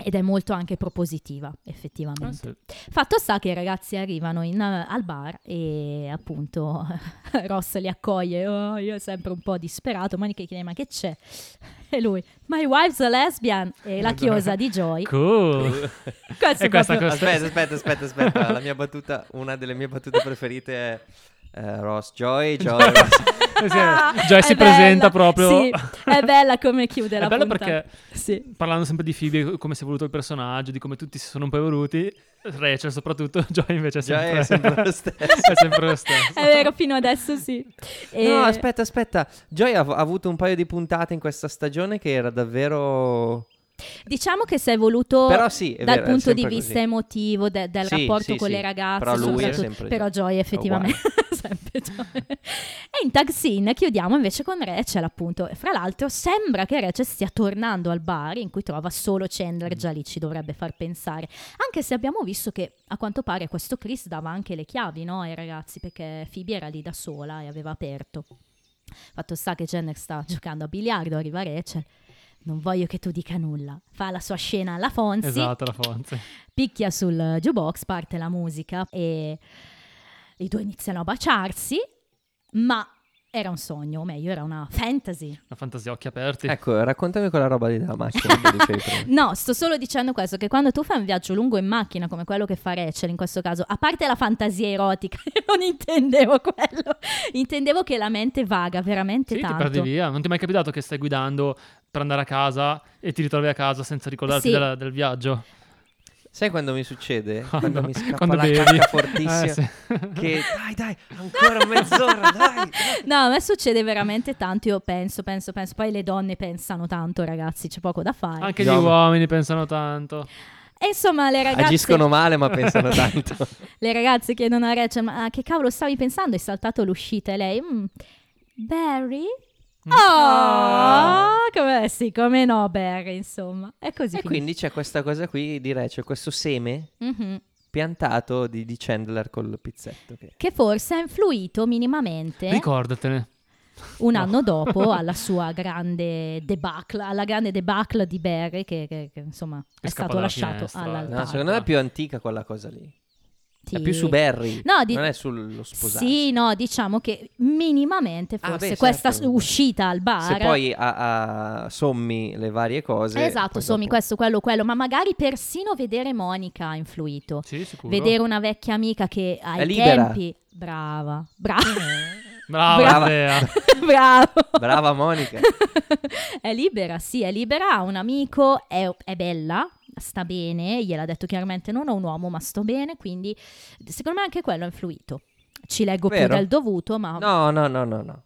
ed è molto anche propositiva, effettivamente.
Eh sì.
Fatto sta che i ragazzi arrivano in- eh, al bar e appunto Ross li accoglie. Oh, io sempre un po' disperato. Monica chiede: Ma che c'è? E lui, My wife's a lesbian. E la chiosa di Joy.
Cool.
Questo
Eh, E
è
questa
proprio-
cosa-
Aspetta, aspetta, aspetta, aspetta. La mia battuta, una delle mie battute preferite è eh, Ross Joy, Joy, Ross.
Eh sì, Joy
Ah, È
si
bella,
presenta proprio...
sì, è bella come chiude
È
la
bello
puntata.
perché
Sì.
parlando sempre di Phoebe, come si è voluto il personaggio, di come tutti si sono un po' evoluti, Rachel soprattutto, Joy invece è sempre,
Joy è sempre lo stesso.
è sempre lo stesso.
È vero, fino adesso sì. Eh, E-
No, aspetta, aspetta. Joy ha, ha avuto un paio di puntate in questa stagione che era davvero...
Diciamo che si è voluto
Però sì, è
dal
vero, è
punto di
sempre
vista
così.
emotivo de- del
Sì,
rapporto
sì,
con
sì.
le ragazze,
Però lui è
soprattutto-
sempre
però
Joy.
Joy effettivamente sempre Joy. E in tag scene chiudiamo invece con Rachel, appunto. E Fra l'altro sembra che Rachel stia tornando al bar in cui trova solo Chandler,
Mm.
già lì ci dovrebbe far pensare. Anche se abbiamo visto che a quanto pare questo Chris dava anche le chiavi, no, ai ragazzi, perché Phoebe era lì da sola e aveva aperto. Fatto sta che Chandler sta giocando a biliardo, arriva Rachel. Non voglio che tu dica nulla. Fa la sua scena alla Fonsi
Esatto, la Fonzi.
picchia sul jukebox, parte la musica e i due iniziano a baciarsi, ma era un sogno, o meglio, era una fantasy.
Una fantasia a occhi aperti.
Ecco, raccontami quella roba lì della macchina che dicevi prima.
No, sto solo dicendo questo, che quando tu fai un viaggio lungo in macchina, come quello che fa Rachel in questo caso, a parte la fantasia erotica, non intendevo quello, intendevo che la mente vaga veramente
Sì, ti
tanto.
perdi via. Non ti è mai capitato che stai guidando per andare a casa e ti ritrovi a casa senza ricordarti
Sì.
della- del viaggio?
Sai quando mi succede? Quando, mi scappa
quando
la
bevi.
cacca fortissima.
Eh, sì.
Che dai, dai, ancora mezz'ora, dai.
No, a me succede veramente tanto, io penso, penso, penso, poi le donne pensano tanto ragazzi, c'è poco da fare.
Anche gli
Già.
uomini pensano tanto.
E insomma le ragazze...
Agiscono male ma pensano tanto.
Le ragazze chiedono a Rachel: Ma a che cavolo stavi pensando? Hai
Mm.
saltato l'uscita e lei. "Mm, Barry? Oh, com'è Eh sì, come no, Barry, insomma. È così.
Ah. E
finisce.
quindi c'è questa cosa qui, direi, c'è questo seme
Mhm.
piantato di, di Chandler col pizzetto. Che...
Che forse ha influito minimamente
Ricordatene.
un
no.
anno dopo alla sua grande debacle, alla grande debacle di Barry che, che- che, insomma
scappa
è stato
dalla
lasciato
finestra.
all'altare.
No, secondo me è più antica quella cosa lì. È
Sì.
più su Barry,
No, di-
non è sullo sposato.
Sì, no, diciamo che minimamente
Ah,
forse
beh,
questa
certo.
uscita al bar.
Se poi a- a- sommi le varie cose...
esatto,
poi
sommi
dopo-
questo, quello, quello, ma magari persino vedere Monica ha influito.
Sì, sicuro.
Vedere una vecchia amica che
È
ai
libera.
tempi brava, brava.
Brava,
Brava.
Andrea.
Bravo.
Brava Monica.
è libera, sì, è libera, ha un amico, è, è bella, sta bene, gliel'ha detto chiaramente non ho un uomo ma sto bene, quindi secondo me anche quello ha influito. Ci leggo
Vero.
più del dovuto, ma...
No, no, no, no, no.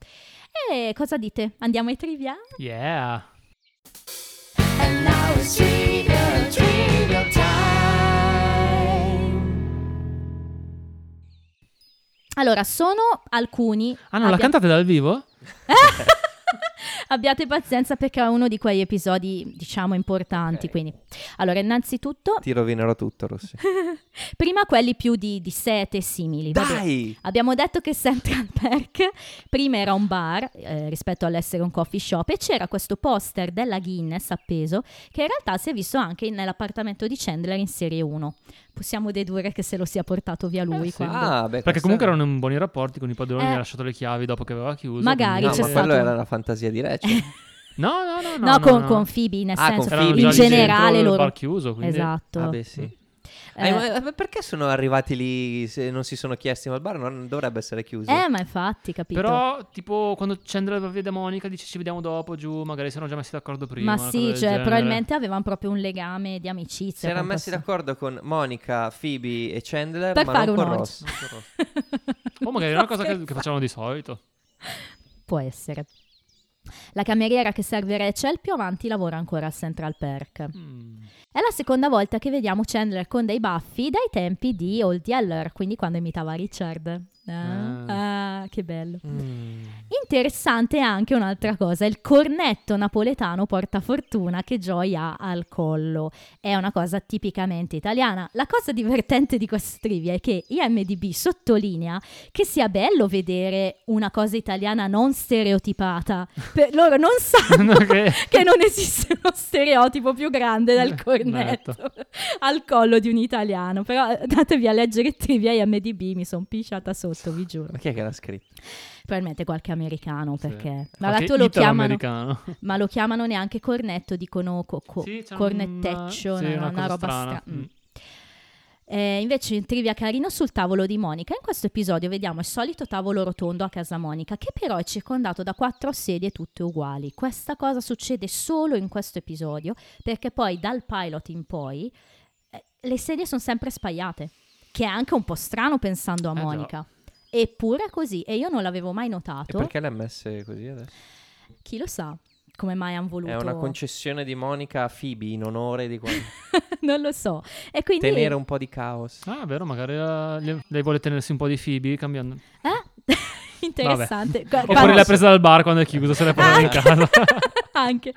E cosa dite? Andiamo ai trivia?
Yeah. Ah,
And now it's trivial, trivial time.
Allora, sono alcuni...
Ah, non la
abbia-
cantate dal vivo?
Eh? Abbiate pazienza perché è uno di quegli episodi, diciamo, importanti.
Ok.
Quindi, allora, innanzitutto,
Ti rovinerò tutto, Rossi.
prima quelli più di, di sete e simili. vabbè.
Dai!
Abbiamo detto che Central Park prima era un bar eh, rispetto all'essere un coffee shop e c'era questo poster della Guinness appeso che in realtà si è visto anche nell'appartamento di Chandler in serie 1. Possiamo dedurre che se lo sia portato via lui.
Eh sì.
quando-
Ah, beh,
Perché
questa-
comunque erano in buoni rapporti con i padroni,
Eh.
mi ha lasciato le chiavi dopo che aveva chiuso. quindi-
Magari
No,
Ah, c'è
ma
stato-
quello era la fantasia di Recce.
No, no, no, no.
no, con, con Phoebe, nel
Ah, con
senso
Phoebe.
Erano già
in
lì dentro
generale
il
loro...
bar chiuso, quindi...
Esatto.
Ah, beh, sì.
Eh,
Eh, ma- ma perché sono arrivati lì se non si sono chiesti ma il bar non dovrebbe essere chiuso?
eh, ma infatti, capito?
Però, tipo, quando Chandler va via da Monica, dice ci vediamo dopo giù, magari si erano già messi d'accordo prima.
ma
una cosa
sì,
del
cioè,
genere.
probabilmente avevano proprio un legame di amicizia.
si erano
con
messi
questo-
d'accordo con Monica, Phoebe e Chandler,
Per
ma
fare
non
un
con
orgy.
Ross.
Non so, Ross. O Oh, magari è una cosa che, che facevano di solito.
Può essere. La cameriera che serve Rachel più avanti lavora ancora al Central Park.
Mm.
È la seconda volta che vediamo Chandler con dei baffi dai tempi di Old Yeller, quindi quando imitava Richard. Ah, ah, che bello. Interessante anche un'altra cosa, il cornetto napoletano porta fortuna che Joy ha al collo. È una cosa tipicamente italiana. La cosa divertente di questa trivia è che IMDB sottolinea che sia bello vedere una cosa italiana non stereotipata. Per- loro non sanno
Ok.
che non esiste uno stereotipo più grande del
Eh,
cornetto al collo di un italiano. Però eh, andatevi a leggere trivia IMDB, mi sono pisciata sotto, vi giuro.
Ma chi è che l'ha scritto?
Probabilmente qualche americano
Sì.
perché... Ma
Qualche
tu lo chiamano...
italo-americano.
Ma lo chiamano neanche cornetto, dicono co- co-
Sì, c'è un-
cornetteccio,
sì,
una,
una cosa
una roba
strana.
strana.
Mm.
invece in trivia carino sul tavolo di Monica, in questo episodio vediamo il solito tavolo rotondo a casa Monica, che però è circondato da quattro sedie tutte uguali. Questa cosa succede solo in questo episodio, perché poi dal pilot in poi eh, le sedie sono sempre spaiate, che è anche un po' strano pensando a
Eh già.
Monica. Eppure è così, e io non l'avevo mai
E
notato.
perché le ha messe così adesso?
Chi lo sa come mai hanno voluto...
È una concessione di Monica a Phoebe in onore di quando-
non lo so. E quindi...
tenere un po' di caos.
Ah, è vero, magari eh, le- lei vuole tenersi un po' di Phoebe cambiando.
Eh? Interessante. Gu-
Oppure
guarda-
l'ha presa dal bar quando è chiuso,
Ah,
se l'è portata
ecco.
in casa.
Anche.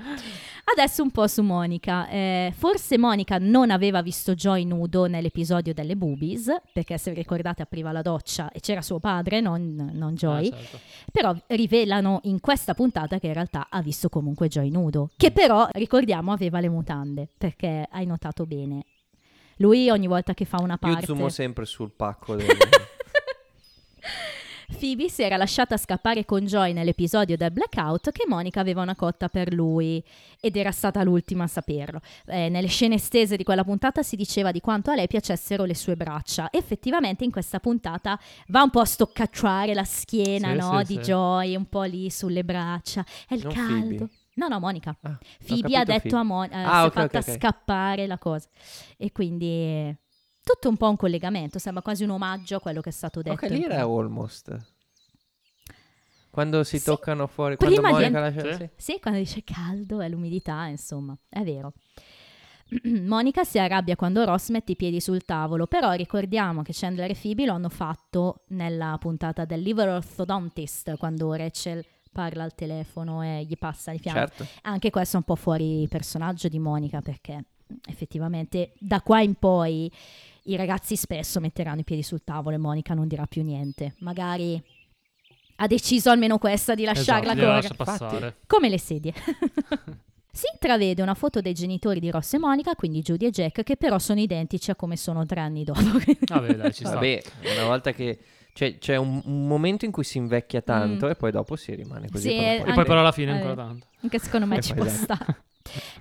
Adesso un po' su Monica. Eh, forse Monica non aveva visto Joy nudo nell'episodio delle boobies, perché se vi ricordate apriva la doccia e c'era suo padre, non, non Joy.
Eh, certo.
Però rivelano in questa puntata che in realtà ha visto comunque Joy nudo, che però, ricordiamo, aveva le mutande, perché hai notato bene. Lui ogni volta che fa una
Io
parte...
zoomo sempre sul pacco del...
Phoebe si era lasciata scappare con Joy nell'episodio del blackout che Monica aveva una cotta per lui ed era stata l'ultima a saperlo. Eh, nelle scene estese di quella puntata si diceva di quanto a lei piacessero le sue braccia. Effettivamente in questa puntata va un po' a stoccacciare la schiena
Sì,
no,
sì,
di
sì.
Joy, un po' lì sulle braccia. È il
Non
caldo.
Phoebe.
No, no, Monica.
Ah, ho
Phoebe ha
capito
detto
Phoebe.
a Monica,
Ah,
si
ok,
è fatta
ok, ok.
scappare la cosa. E quindi eh, tutto un po' un collegamento, sembra quasi un omaggio a quello che è stato detto.
Ok,
in
lì era almost. Quando si
Sì.
toccano fuori,
Prima
quando
di-
Monica lascia...
Sì.
sì.
Sì, quando dice caldo è l'umidità, insomma, è vero. Monica si arrabbia quando Ross mette i piedi sul tavolo, però ricordiamo che Chandler e Phoebe lo hanno fatto nella puntata del Liver Orthodontist, quando Rachel parla al telefono e gli passa di fianco.
certo.
Anche questo è un po' fuori personaggio di Monica perché effettivamente da qua in poi i ragazzi spesso metteranno i piedi sul tavolo e Monica non dirà più niente. Magari ha deciso almeno questa di
esatto,
lasciarla
gliela
correre.
lascia passare.
Come le sedie. si intravede una foto dei genitori di Ross e Monica, quindi Judy e Jack, che però sono identici a come sono tre anni dopo.
Vabbè, dai, ci sta.
Vabbè, una volta che cioè, c'è un, un momento in cui si invecchia tanto
Mm.
e poi dopo si rimane così.
Sì,
per un
E
eh,
po' di
poi
Anche-
però alla fine
Eh.
ancora tanto.
Anche secondo
Eh,
me
E
ci
poi
può
dai.
stare.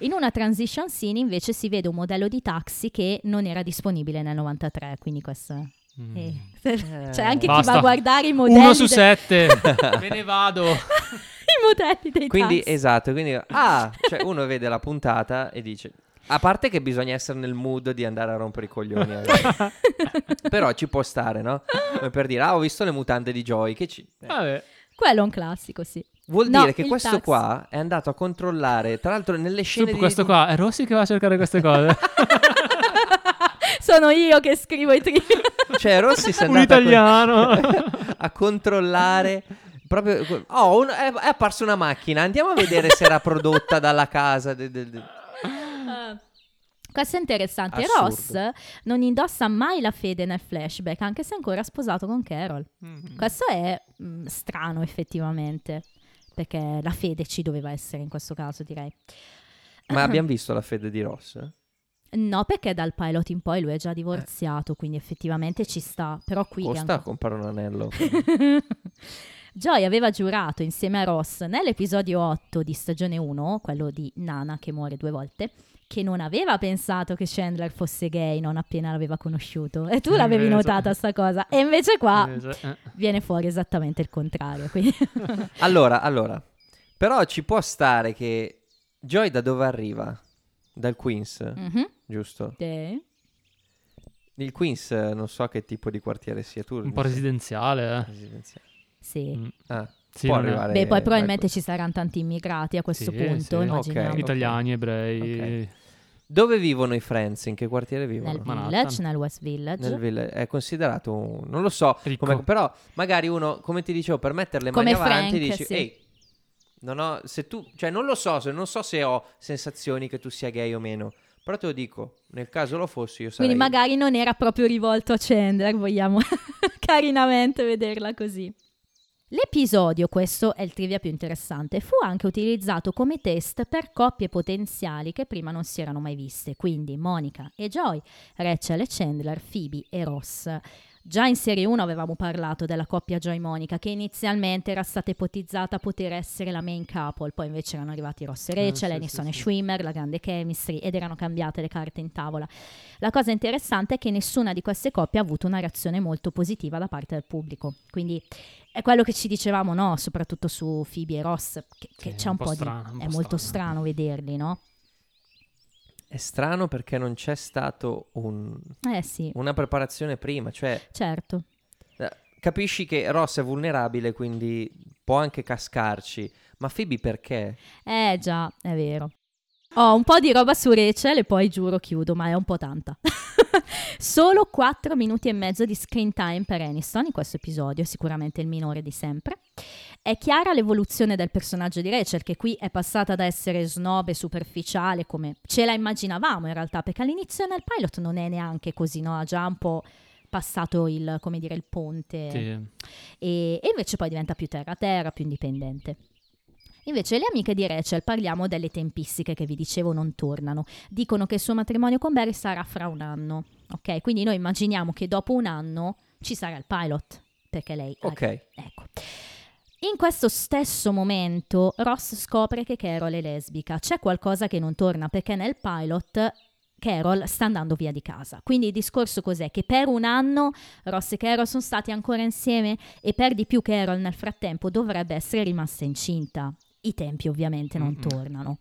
In una transition scene invece si vede un modello di taxi che non era disponibile nel 93, quindi questo...
Mm.
eh. Cioè anche chi
Basta.
va a guardare i modelli...
Uno su
de-
sette. Me ne vado.
I modelli dei
Quindi
taxi.
esatto, quindi ah, cioè uno vede la puntata e dice a parte che bisogna essere nel mood di andare a rompere i coglioni, ragazzi. però ci può stare, no? Come per dire, ah, ho visto le mutande di Joy. Che ci... eh.
Vabbè.
Quello è un classico, sì.
Vuol
No,
dire che
il
questo
taxi.
qua è andato a controllare, tra l'altro, nelle scene.
Su,
di-
questo
di-
qua è Rossi che va a cercare queste cose.
Sono io che scrivo i trivia.
Cioè, Rossi si è
Un
andato a con-
italiano.
a controllare. Proprio, oh, un- è, è apparsa una macchina. Andiamo a vedere se era prodotta dalla casa. de- de- de-
Eh, Questo è interessante.
Assurdo.
Ross non indossa mai la fede nel flashback, anche se è ancora sposato con Carol.
Mm.
Questo è mm, strano, effettivamente, perché la fede ci doveva essere in questo caso, direi.
Ma abbiamo visto la fede di Ross?
No, perché dal pilot in poi lui è già divorziato, quindi effettivamente ci sta. Però qui...
Costa
anche-
compare un anello.
Joy aveva giurato insieme a Ross nell'episodio 8 di stagione 1, quello di Nana che muore due volte, che non aveva pensato che Chandler fosse gay non appena l'aveva conosciuto. E tu l'avevi
Invece-
notata sta cosa. E invece qua
Invece, eh.
viene fuori esattamente il contrario. Quindi...
Allora, allora, però ci può stare che Joy da dove arriva? Dal Queens,
Mhm.
giusto?
Sì.
Il Queens eh, non so che tipo di quartiere sia tu.
Un po' residenziale. eh.
residenziale.
Sì.
Mm.
Ah,
Sì,
può
non è-
arrivare.
Beh, poi
dal
probabilmente
Queens.
ci saranno tanti immigrati a questo
Sì,
punto,
sì.
immaginiamo.
Ok.
Italiani, ebrei.
Dove vivono i Friends? In che quartiere vivono?
Nel
Manhattan.
village, nel West Village.
Nel vill- è considerato un, non lo so,
Ricco.
come- però magari uno, come ti dicevo, per mettere le
Come
mani avanti
Frank,
dici,
sì.
ehi, non ho, se tu, cioè non lo so, se, non so se ho sensazioni che tu sia gay o meno, però te lo dico, nel caso lo fossi io sarei...
Quindi magari non era proprio rivolto a Chandler, vogliamo carinamente vederla così. L'episodio, questo è il trivia più interessante, fu anche utilizzato come test per coppie potenziali che prima non si erano mai viste, quindi Monica e Joy, Rachel e Chandler, Phoebe e Ross. Già in serie 1 avevamo parlato della coppia Joy-Monica che inizialmente era stata ipotizzata poter essere la main couple, poi invece erano arrivati Ross e
Eh,
Rachel,
sì,
Aniston
sì,
e
sì.
Schwimmer, la grande chemistry ed erano cambiate le carte in tavola. La cosa interessante è che nessuna di queste coppie ha avuto una reazione molto positiva da parte del pubblico, quindi è quello che ci dicevamo, no? Soprattutto su Phoebe e Ross, che, che
Sì,
c'è un, po', di...
strano, un
è
po'
molto
strano.
strano vederli, no?
È strano perché non c'è stato un-
Eh sì,
una preparazione prima, cioè
certo.
eh, capisci che Ross è vulnerabile, quindi può anche cascarci, ma Phoebe perché?
Eh già, è vero. Ho un po' di roba su Rachel e poi giuro chiudo, ma è un po' tanta. Solo 4 minuti e mezzo di screen time per Aniston in questo episodio, sicuramente il minore di sempre. È chiara l'evoluzione del personaggio di Rachel, che qui è passata da essere snob e superficiale come ce la immaginavamo in realtà, perché all'inizio nel pilot non è neanche così, no? Ha già un po' passato il, come dire, il ponte
Sì.
e, e invece poi diventa più terra a terra, più indipendente. Invece le amiche di Rachel parliamo delle tempistiche che vi dicevo non tornano. Dicono che il suo matrimonio con Barry sarà fra un anno, ok? Quindi noi immaginiamo che dopo un anno ci sarà il pilot, perché lei... ha-
Ok,
Ecco. In questo stesso momento Ross scopre che Carol è lesbica. C'è qualcosa che non torna perché nel pilot Carol sta andando via di casa. Quindi il discorso cos'è? Che per un anno Ross e Carol sono stati ancora insieme e per di più Carol nel frattempo dovrebbe essere rimasta incinta. I tempi ovviamente non
Mm-mm.
Mm-hmm.
tornano.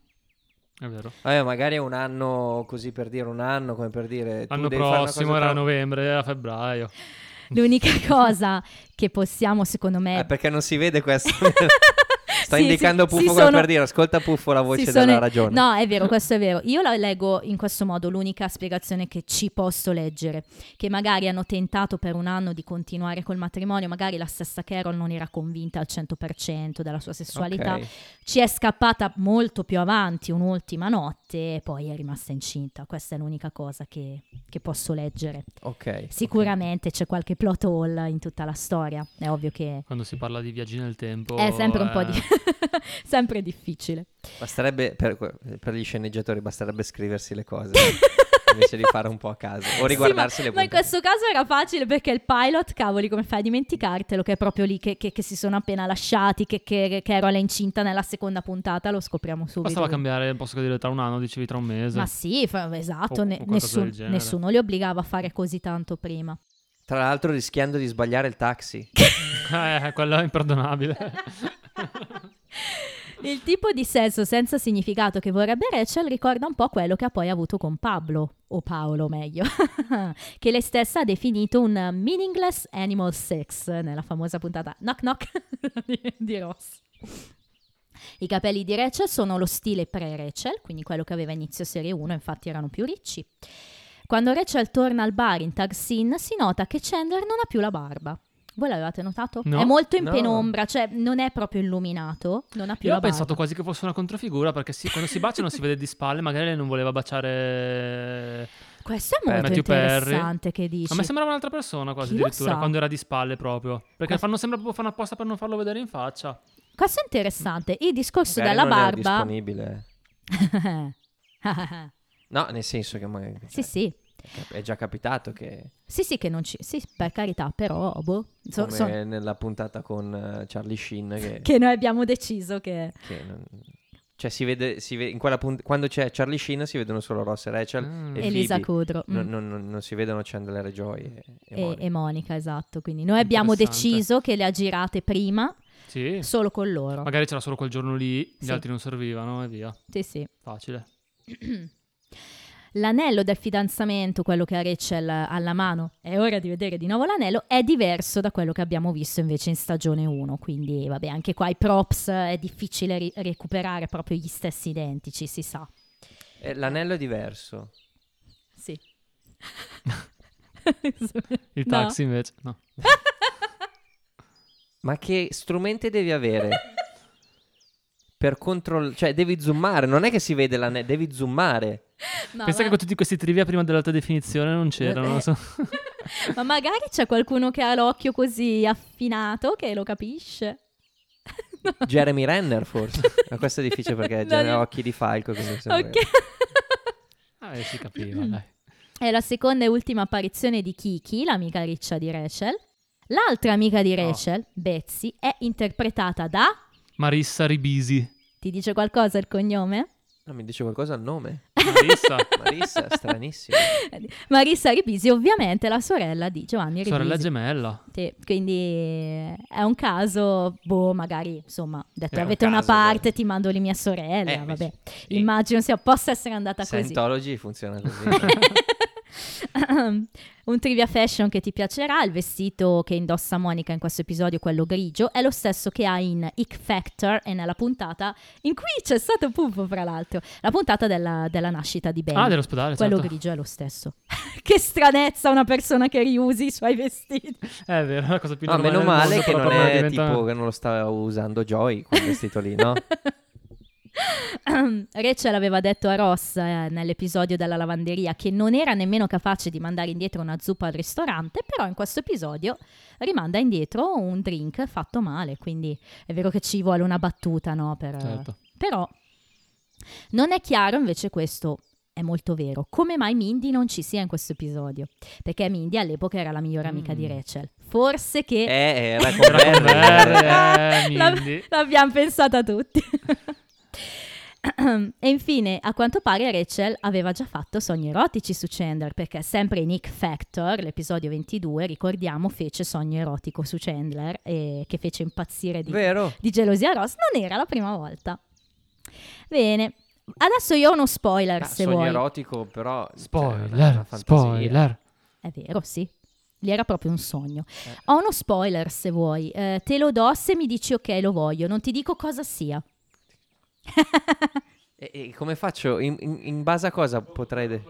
È vero.
Vabbè, magari è un anno così per dire un anno, come per dire... tu
L'anno
devi fare una
prossimo
cosa
era a
tra-
novembre, era a febbraio.
L'unica cosa che possiamo secondo me
Eh, perché non si vede questo. Ah, Sta
Eh. Sì,
indicando
sì,
Puffo
si
come
sono-
per dire ascolta Puffo la voce
si
della
sono-
ragione.
No, è vero, questo è vero. Io la leggo in questo modo, l'unica spiegazione che ci posso leggere, che magari hanno tentato per un anno di continuare col matrimonio, magari la stessa Carol non era convinta al 100% della sua sessualità,
Ok.
ci è scappata molto più avanti un'ultima notte e poi è rimasta incinta. Questa è l'unica cosa che, che posso leggere.
ok.
Sicuramente c'è qualche plot hole in tutta la storia, è ovvio che
Quando si parla di viaggi nel tempo...
Oh,
è sempre un po'
eh,
di... sempre difficile.
Basterebbe per, per gli sceneggiatori basterebbe scriversi le cose invece di fare un po' a caso o riguardarsi
Sì,
le
ma, ma in
puntate.
questo caso era facile perché il pilot, cavoli, come fai a dimenticartelo? Che è proprio lì che, che- che si sono appena lasciati, che, che, che Carol è incinta nella seconda puntata, lo scopriamo subito.
Bastava cambiare, posso dire, tra un anno, dicevi tra un mese.
Ma sì, fa- esatto,
O- o
ne-
qualcosa
nessun-
del genere.
nessuno li obbligava a fare così tanto prima.
Tra l'altro rischiando di sbagliare il taxi.
Eh, quello è imperdonabile.
Il tipo di sesso senza significato che vorrebbe Rachel ricorda un po' quello che ha poi avuto con Pablo, o Paolo meglio, che lei stessa ha definito un meaningless animal sex nella famosa puntata Knock Knock di- di Ross. I capelli di Rachel sono lo stile pre-Rachel, quindi quello che aveva inizio serie 1, infatti erano più ricci. Quando Rachel torna al bar in Tag Scene si nota che Chandler non ha più la barba. Voi l'avevate notato?
No.
È molto in
No.
penombra, cioè non è proprio illuminato, non ha più
Io
la
ho pensato
barba.
quasi che fosse una controfigura perché si- quando si baciano si vede di spalle, magari lei non voleva baciare
Questo è
eh,
molto
Matthew Perry.
interessante che dici.
A me sembrava un'altra persona quasi
Chi lo
addirittura
sa?
quando era di spalle proprio. Perché
Quasi-
fanno, sembra proprio fanno apposta per non farlo vedere in faccia.
Questo è interessante. Il discorso
Magari
della
non era
barba...
disponibile. No, nel senso che magari-
sì, sì.
è già capitato che
Sì, sì, che non ci... Sì, per carità, però... Boh, so-
come
so-
nella puntata con eh, Charlie Sheen che,
che noi abbiamo deciso che...
che non- cioè si vede, si ve- in quella punt- quando c'è Charlie Sheen si vedono solo Ross e Rachel
Mm.
e
Elisa
Phoebe.
Cudro. mm.
Non, non- non- non si vedono Chandler e Joy e,
e,
e Monica.
e Monica, esatto. Quindi noi abbiamo
Interessante.
deciso che le ha girate prima
Sì.
solo con loro.
Magari c'era solo quel giorno lì, gli
Sì.
altri non servivano e via.
Sì, sì.
Facile.
L'anello del fidanzamento, quello che ha Rachel eh, alla mano, è ora di vedere di nuovo l'anello, è diverso da quello che abbiamo visto invece in stagione 1. Quindi, vabbè, anche qua i props eh, è difficile ri- recuperare proprio gli stessi identici, si sa.
Eh, L'anello è diverso.
Sì.
Il
No.
taxi invece, no.
Ma che strumenti devi avere per controllare? Cioè, devi zoomare, non è che si vede l'anello, devi zoomare.
No,
Pensa
ma-
che con tutti questi trivia prima dell'alta definizione non c'erano. non so.
Eh, Ma magari c'è qualcuno che ha l'occhio così affinato che lo capisce.
Jeremy Renner, forse. Ma questo è difficile perché ha
No,
già
no.
occhi di falco. quindi sembra-
Ok.
Ah, eh, si capiva, dai.
È la seconda e ultima apparizione di Kiki, l'amica riccia di Rachel. L'altra amica di
Oh.
Rachel, Betsy, è interpretata da...
Marissa Ribisi.
Ti dice qualcosa il cognome?
No, mi dice qualcosa il nome.
Marissa.
Marissa, stranissimo.
Marissa Ribisi, ovviamente la sorella di Giovanni Ribisi.
Sorella gemella.
Sì, quindi eh, è un caso, boh, magari, insomma, detto
Era un
avete una
caso,
parte,
beh.
ti mando lì mia sorella,
Eh,
vabbè.
sì.
Immagino sia, possa essere andata così.
Scientology funziona così.
un trivia fashion che ti piacerà, il vestito che indossa Monica in questo episodio, quello grigio, è lo stesso che ha in Ick Factor e nella puntata in cui c'è stato Puffo, fra l'altro, la puntata della, della nascita di Ben.
Ah, dell'ospedale,
quello
certo.
grigio è lo stesso. che stranezza una persona che riusi i suoi vestiti.
Eh, È vero, è la cosa più
No,
normale
meno
del
male
mondo,
che
però
non
quando
è
diventa-
tipo che non lo sta usando Joy quel vestito lì, no?
Rachel aveva detto a Ross eh, nell'episodio della lavanderia che non era nemmeno capace di mandare indietro una zuppa al ristorante, però in questo episodio rimanda indietro un drink fatto male, quindi è vero che ci vuole una battuta, no? Per,
Certo.
Però non è chiaro invece questo. È molto vero. Come mai Mindy non ci sia in questo episodio? Perché Mindy all'epoca era la migliore amica di
Mm.
Rachel. Forse che
Eh, era con
Era con
Renner.
Verre, eh,
La-
Mindy.
L'abbiamo pensata tutti. e infine, a quanto pare Rachel aveva già fatto sogni erotici su Chandler, perché sempre in Nick Factor, l'episodio 22, ricordiamo, fece sogno erotico su Chandler, e che fece impazzire di,
Vero?
di gelosia Ross. Non era la prima volta. Bene, adesso io ho uno spoiler,
Ah,
se
sogno
vuoi.
erotico, però... cioè, è una
Spoiler,
fantasia.
spoiler.
È vero, sì. lì era proprio un sogno.
Eh.
Ho uno spoiler se vuoi, Eh, te lo do se mi dici ok lo voglio, non ti dico cosa sia.
E, e come faccio? In, in- in base a cosa potrei... de-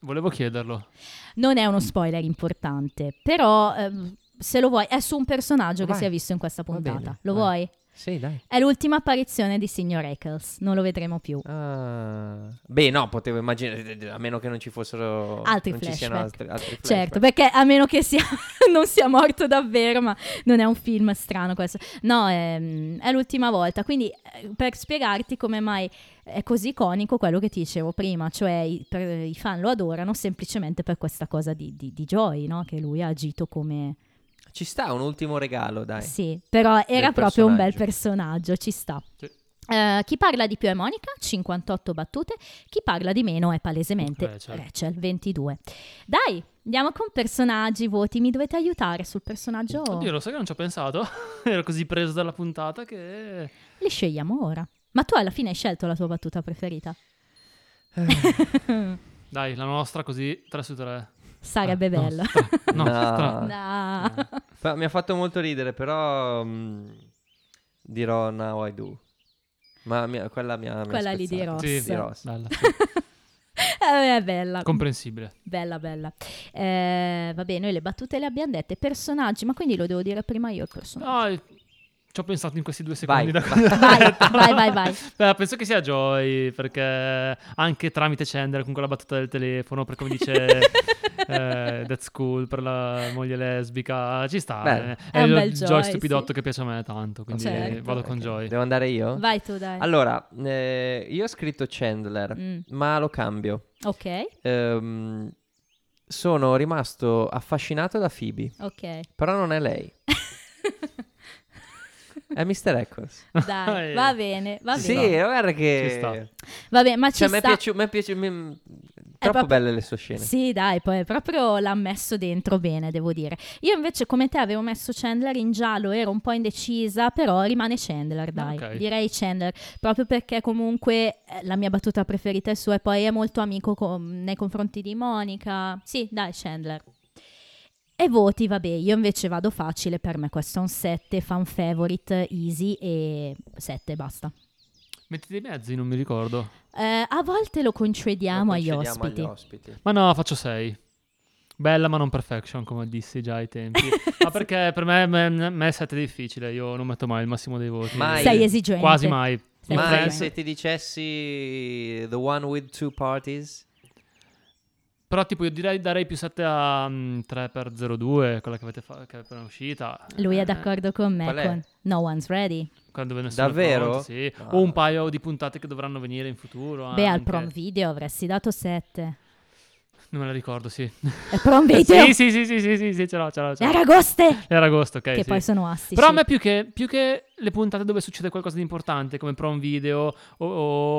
Volevo chiederlo.
Non è uno spoiler importante, però ehm, se lo vuoi è su un personaggio che
Vai.
si è visto in questa
Va bene,
puntata. lo
vai.
vuoi?
Sì, dai.
È l'ultima apparizione di Signor Eccles, non lo vedremo più.
Ah. Beh, no, potevo immaginare, a meno che non ci fossero...
Altri
non ci siano
flashback.
altri, altri
Certo,
flashback.
perché a meno che sia, non sia morto davvero, ma non è un film strano questo. No, ehm, è, l'ultima volta. Quindi eh, per spiegarti come mai è così iconico quello che ti dicevo prima, cioè i, per- i fan lo adorano semplicemente per questa cosa di, di, di Joy, no? che lui ha agito come...
Ci sta un ultimo regalo, dai.
Sì, però era
Del
proprio un bel
personaggio.
personaggio, ci sta.
Sì.
Eh, chi parla di più è Monica, 58 battute, chi parla di meno è palesemente
Rachel.
Rachel, 22. Dai, andiamo con personaggi, voti, mi dovete aiutare sul personaggio?
Oddio, lo sai che non ci ho pensato? Ero così preso dalla puntata che...
Li scegliamo ora. Ma tu alla fine hai scelto la tua battuta preferita?
Dai, la nostra così, 3 su 3.
Sarebbe
Ah, no, Ah.
bella.
stra- No,
No.
stra-
No.
Fa- mi ha fatto molto ridere, però mm, dirò Now I Do. Ma mi- quella mi ha... mi ha
Quella lì di
spezzato.
Ross.
Sì,
Di Ross.
bella, sì.
Eh, è bella.
comprensibile.
Bella, bella. Eh, vabbè, noi le battute le abbiamo dette. Personaggi, ma quindi lo devo dire prima io il personaggio.
No, eh, ci ho pensato in questi due secondi.
Vai,
da quando l'ho
Vai,
detto.
vai, vai, vai.
Beh, penso che sia Joy, perché anche tramite Chandler con quella battuta del telefono, per come dice eh, That's Cool, per la moglie lesbica, ci sta.
Beh.
eh.
È
È,
un
lo
bel
Joy
Joy,
stupidotto
sì.
che piace a me tanto, quindi eh,
Certo.
vado con
Ok.
Joy.
Devo andare io?
Vai tu, dai.
Allora, eh, io ho scritto Chandler,
Mm,
ma lo cambio.
ok,
Ehm, sono rimasto affascinato da Phoebe,
ok.
però non è lei, è Mr. Eccles.
Dai,
Eh.
va bene, va bene.
sì,
sta.
guarda che...
Ci sta.
Vabbè, ma ci
Cioè, mi è
sta. Eh,
piaciuto... mi è piaciu- mi- Troppo
proprio-
belle le sue scene.
Sì, dai, poi proprio l'ha messo dentro bene, devo dire. Io invece, come te, avevo messo Chandler in giallo, ero un po' indecisa, però rimane Chandler, dai.
Ok.
Direi Chandler, proprio perché comunque eh, la mia battuta preferita è sua e poi è molto amico co- mm, nei confronti di Monica. Sì, dai, Chandler. E voti, vabbè, io invece vado facile, per me questo è un 7, fan favorite, easy e 7, basta.
Mettete i mezzi, non mi ricordo.
Eh, a volte lo concediamo,
Lo
agli
concediamo
ospiti.
ospiti.
Ma no, faccio 6. Bella ma non perfection, come dissi già ai tempi. ma perché per me, me, me 7 è difficile, io non metto mai il massimo dei voti.
Mai.
Sei esigente.
Quasi mai.
Sei
In
Ma
esigente.
Friends-
se ti dicessi The One with Two Parties?
Però tipo io direi darei più 7 a mm, 3x02, quella che avete fa- che è appena uscita.
Lui
Eh,
è d'accordo con me.
Qual è?
Con No One's Ready.
quella dove nessuno è
Davvero?
pronto, sì.
No.
O un paio di puntate che dovranno venire in futuro.
Beh, al
anche.
prom video avresti dato 7.
Non me la ricordo, sì.
Al prom video?
Eh, sì, sì, sì, sì, sì, sì, sì, ce l'ho, ce l'ho. ce l'ho.
Era agoste!
Era agosto, ok.
che
sì.
poi sono astici.
Però a me più che, più che le puntate dove succede qualcosa di importante, come prom video o,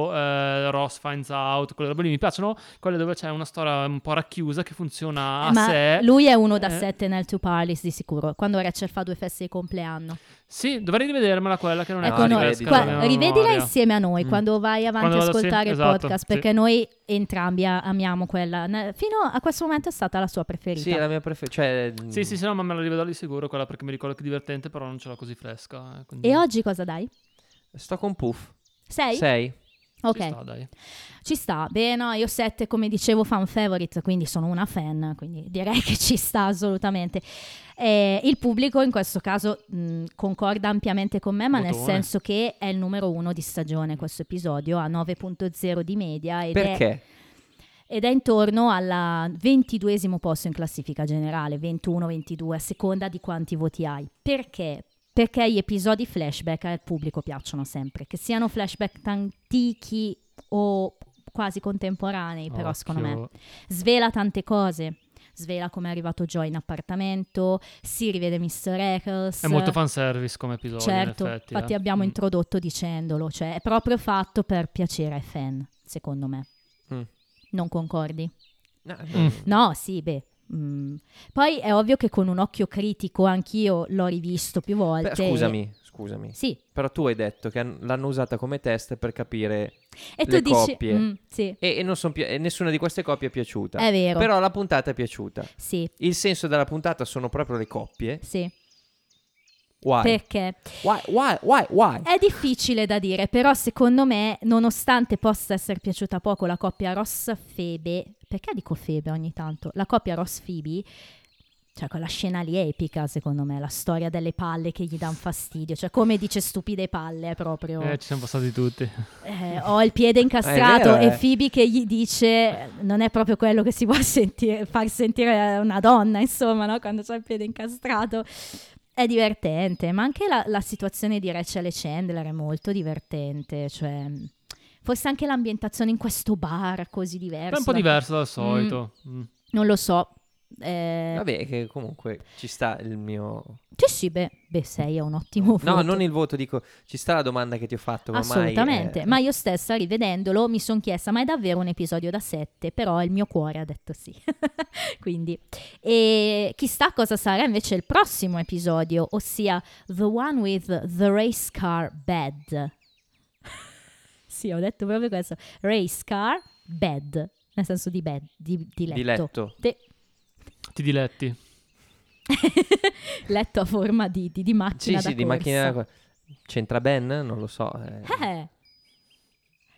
o, eh, Ross finds out, quelle robe lì, mi piacciono quelle dove c'è una storia un po' racchiusa che funziona a
Eh, ma
sé.
lui è uno da
Eh.
7 nel Two Parties di sicuro. Quando Rachel fa due feste di compleanno.
Sì, dovrei rivedermela quella che non
ecco,
è
no,
fresca,
rivedila.
qua-
non avevo
rivedila
memoria.
insieme a noi
Mm.
quando vai avanti
Quando
a
vado- sì,
ascoltare
esatto,
il podcast.
sì.
Perché noi entrambi a- amiamo quella. Ne- Fino a questo momento è stata la sua preferita.
Sì, è la mia preferita. Cioè,
Sì, sì, sì, no, ma me la rivedrò di sicuro quella perché mi ricordo che è divertente, però non ce l'ho così fresca. eh, quindi-
E oggi cosa dai?
mm, Sto con Puff.
6?
Sei?
Ok.
Ci sta, dai.
Ci sta, beh no, io 7 come dicevo fan favorite, quindi sono una fan, quindi direi che ci sta assolutamente. Eh, il pubblico in questo caso mh, concorda ampiamente con me, ma nel
Votone.
senso che è il numero uno di stagione questo episodio, ha 9.0 di media ed è,
Perché?
ed è intorno al 22 posto in classifica generale, 21-22, a seconda di quanti voti hai. Perché? Perché gli episodi flashback al pubblico piacciono sempre, che siano flashback antichi o quasi contemporanei, però secondo me
Occhio.
svela tante cose. Svela come è arrivato Joy in appartamento, si rivede Mr. Eccles.
È molto fanservice come episodio,
Certo,
in effetti.
infatti
eh.
abbiamo
Mm.
introdotto dicendolo, cioè è proprio fatto per piacere ai fan, secondo me.
Mm.
Non concordi?
No,
Mm. No, sì, beh. mm. Poi è ovvio che con un occhio critico anch'io l'ho rivisto più volte.
Beh, scusami, scusami.
Sì,
Però tu hai detto che han- l'hanno usata come test per capire
e tu
Le
dici...
coppie.
"Mm, sì,
e, e non son pi- e nessuna di queste coppie è piaciuta.
è vero.
Però la puntata è piaciuta.
Sì,
Il senso della puntata sono proprio le coppie.
sì,
Why?
perché
Why? Why? Why? Why?
È difficile da dire, però secondo me, nonostante possa essere piaciuta poco la coppia Ross-Febe, perché dico Febe ogni tanto? La coppia Ross-Phoebe, cioè quella scena lì è epica secondo me, la storia delle palle che gli danno fastidio, cioè come dice stupide palle è proprio,
Eh, ci siamo passati tutti.
eh, ho il piede incastrato
È vero,
e
eh.
Phoebe che gli dice non è proprio quello che si vuole sentire- far sentire a una donna, insomma, no? quando c'è il piede incastrato. È divertente, ma anche la, la situazione di Rachel e Chandler è molto divertente, cioè forse anche l'ambientazione in questo bar così
È
diverso.
un po'
da-
diverso dal solito. Mm.
Non lo so. Eh,
Vabbè, che comunque ci sta il mio...
sì, sì, beh, beh, sei è un ottimo
No,
voto.
non il voto, dico, ci sta la domanda che ti ho fatto. ma mai,
Assolutamente,
eh,
ma io stessa rivedendolo mi sono chiesta, ma è davvero un episodio da 7? Però il mio cuore ha detto sì. Quindi, e chissà cosa sarà invece il prossimo episodio, ossia The One with the Race Car Bed. sì, ho detto proprio questo, Race Car Bed, nel senso di, bed, di, di letto.
Di letto.
Te-
Ti diletti.
letto a forma di, di, di
Sì,
macchina da
sì, di
corsa.
macchina... da- C'entra Ben? Non lo so. eh.
Eh,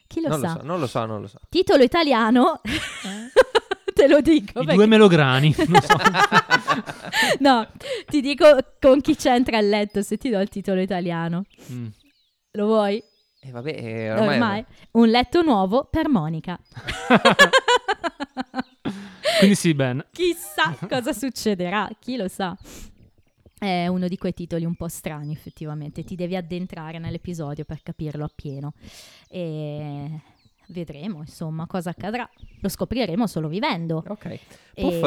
chi lo
non
sa?
lo so, non lo so, non lo so.
Titolo italiano, te lo dico.
I
perché-
due melograni. non so.
No, ti dico con chi c'entra il letto se ti do il titolo italiano.
Mm.
Lo vuoi?
E vabbè, eh, ormai...
Ormai. Un letto nuovo per Monica.
Quindi sì, Ben.
Chissà cosa succederà, chi lo sa. È uno di quei titoli un po' strani effettivamente, ti devi addentrare nell'episodio per capirlo appieno. E vedremo insomma cosa accadrà. Lo scopriremo solo vivendo.
Ok.
E-
Puff, eh,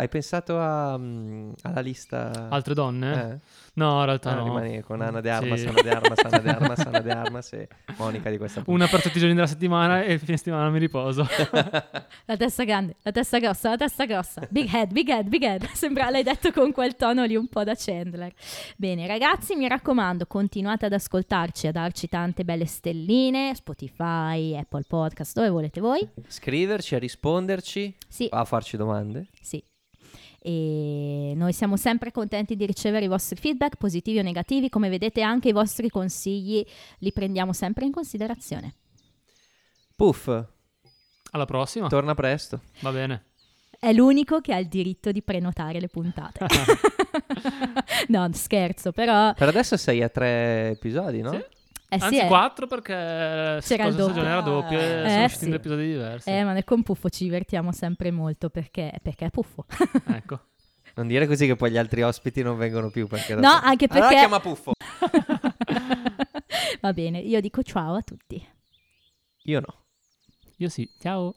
hai pensato a, mm, alla lista...
Altre donne?
Eh?
No, in realtà
Ah,
no.
Rimani con Anna De Armas,
Sì.
Anna De Armas, Anna De Armas, Anna De Armas e Monica di questa puntata.
Una per tutti i giorni della settimana e il fine settimana mi riposo.
La testa grande, la testa grossa, la testa grossa. Big head, big head, big head. Sembra l'hai detto con quel tono lì un po' da Chandler. Bene, ragazzi, mi raccomando, continuate ad ascoltarci, a darci tante belle stelline, Spotify, Apple Podcast, dove volete voi.
Scriverci, a risponderci,
Sì,
a farci domande.
sì. E noi siamo sempre contenti di ricevere i vostri feedback, positivi o negativi. Come vedete, anche i vostri consigli li prendiamo sempre in considerazione.
Puff,
Ah. Alla prossima.
torna presto.
Va bene.
È l'unico che ha il diritto di prenotare le puntate. no, scherzo, però...
Per adesso sei a tre episodi, no?
Sì.
Eh sì,
Anzi,
eh.
4 perché la
C'era il
scorsa stagione era
doppio.
doppia e
Eh,
sono usciti
sì.
due episodi diversi.
Eh, ma noi con Puffo ci divertiamo sempre molto perché, perché è Puffo.
Ecco.
Non dire così che poi gli altri ospiti non vengono più perché
No,
dopo-
anche
Allora
perché-
chiama Puffo.
Va bene, io dico ciao a tutti.
Io no.
Io sì. Ciao.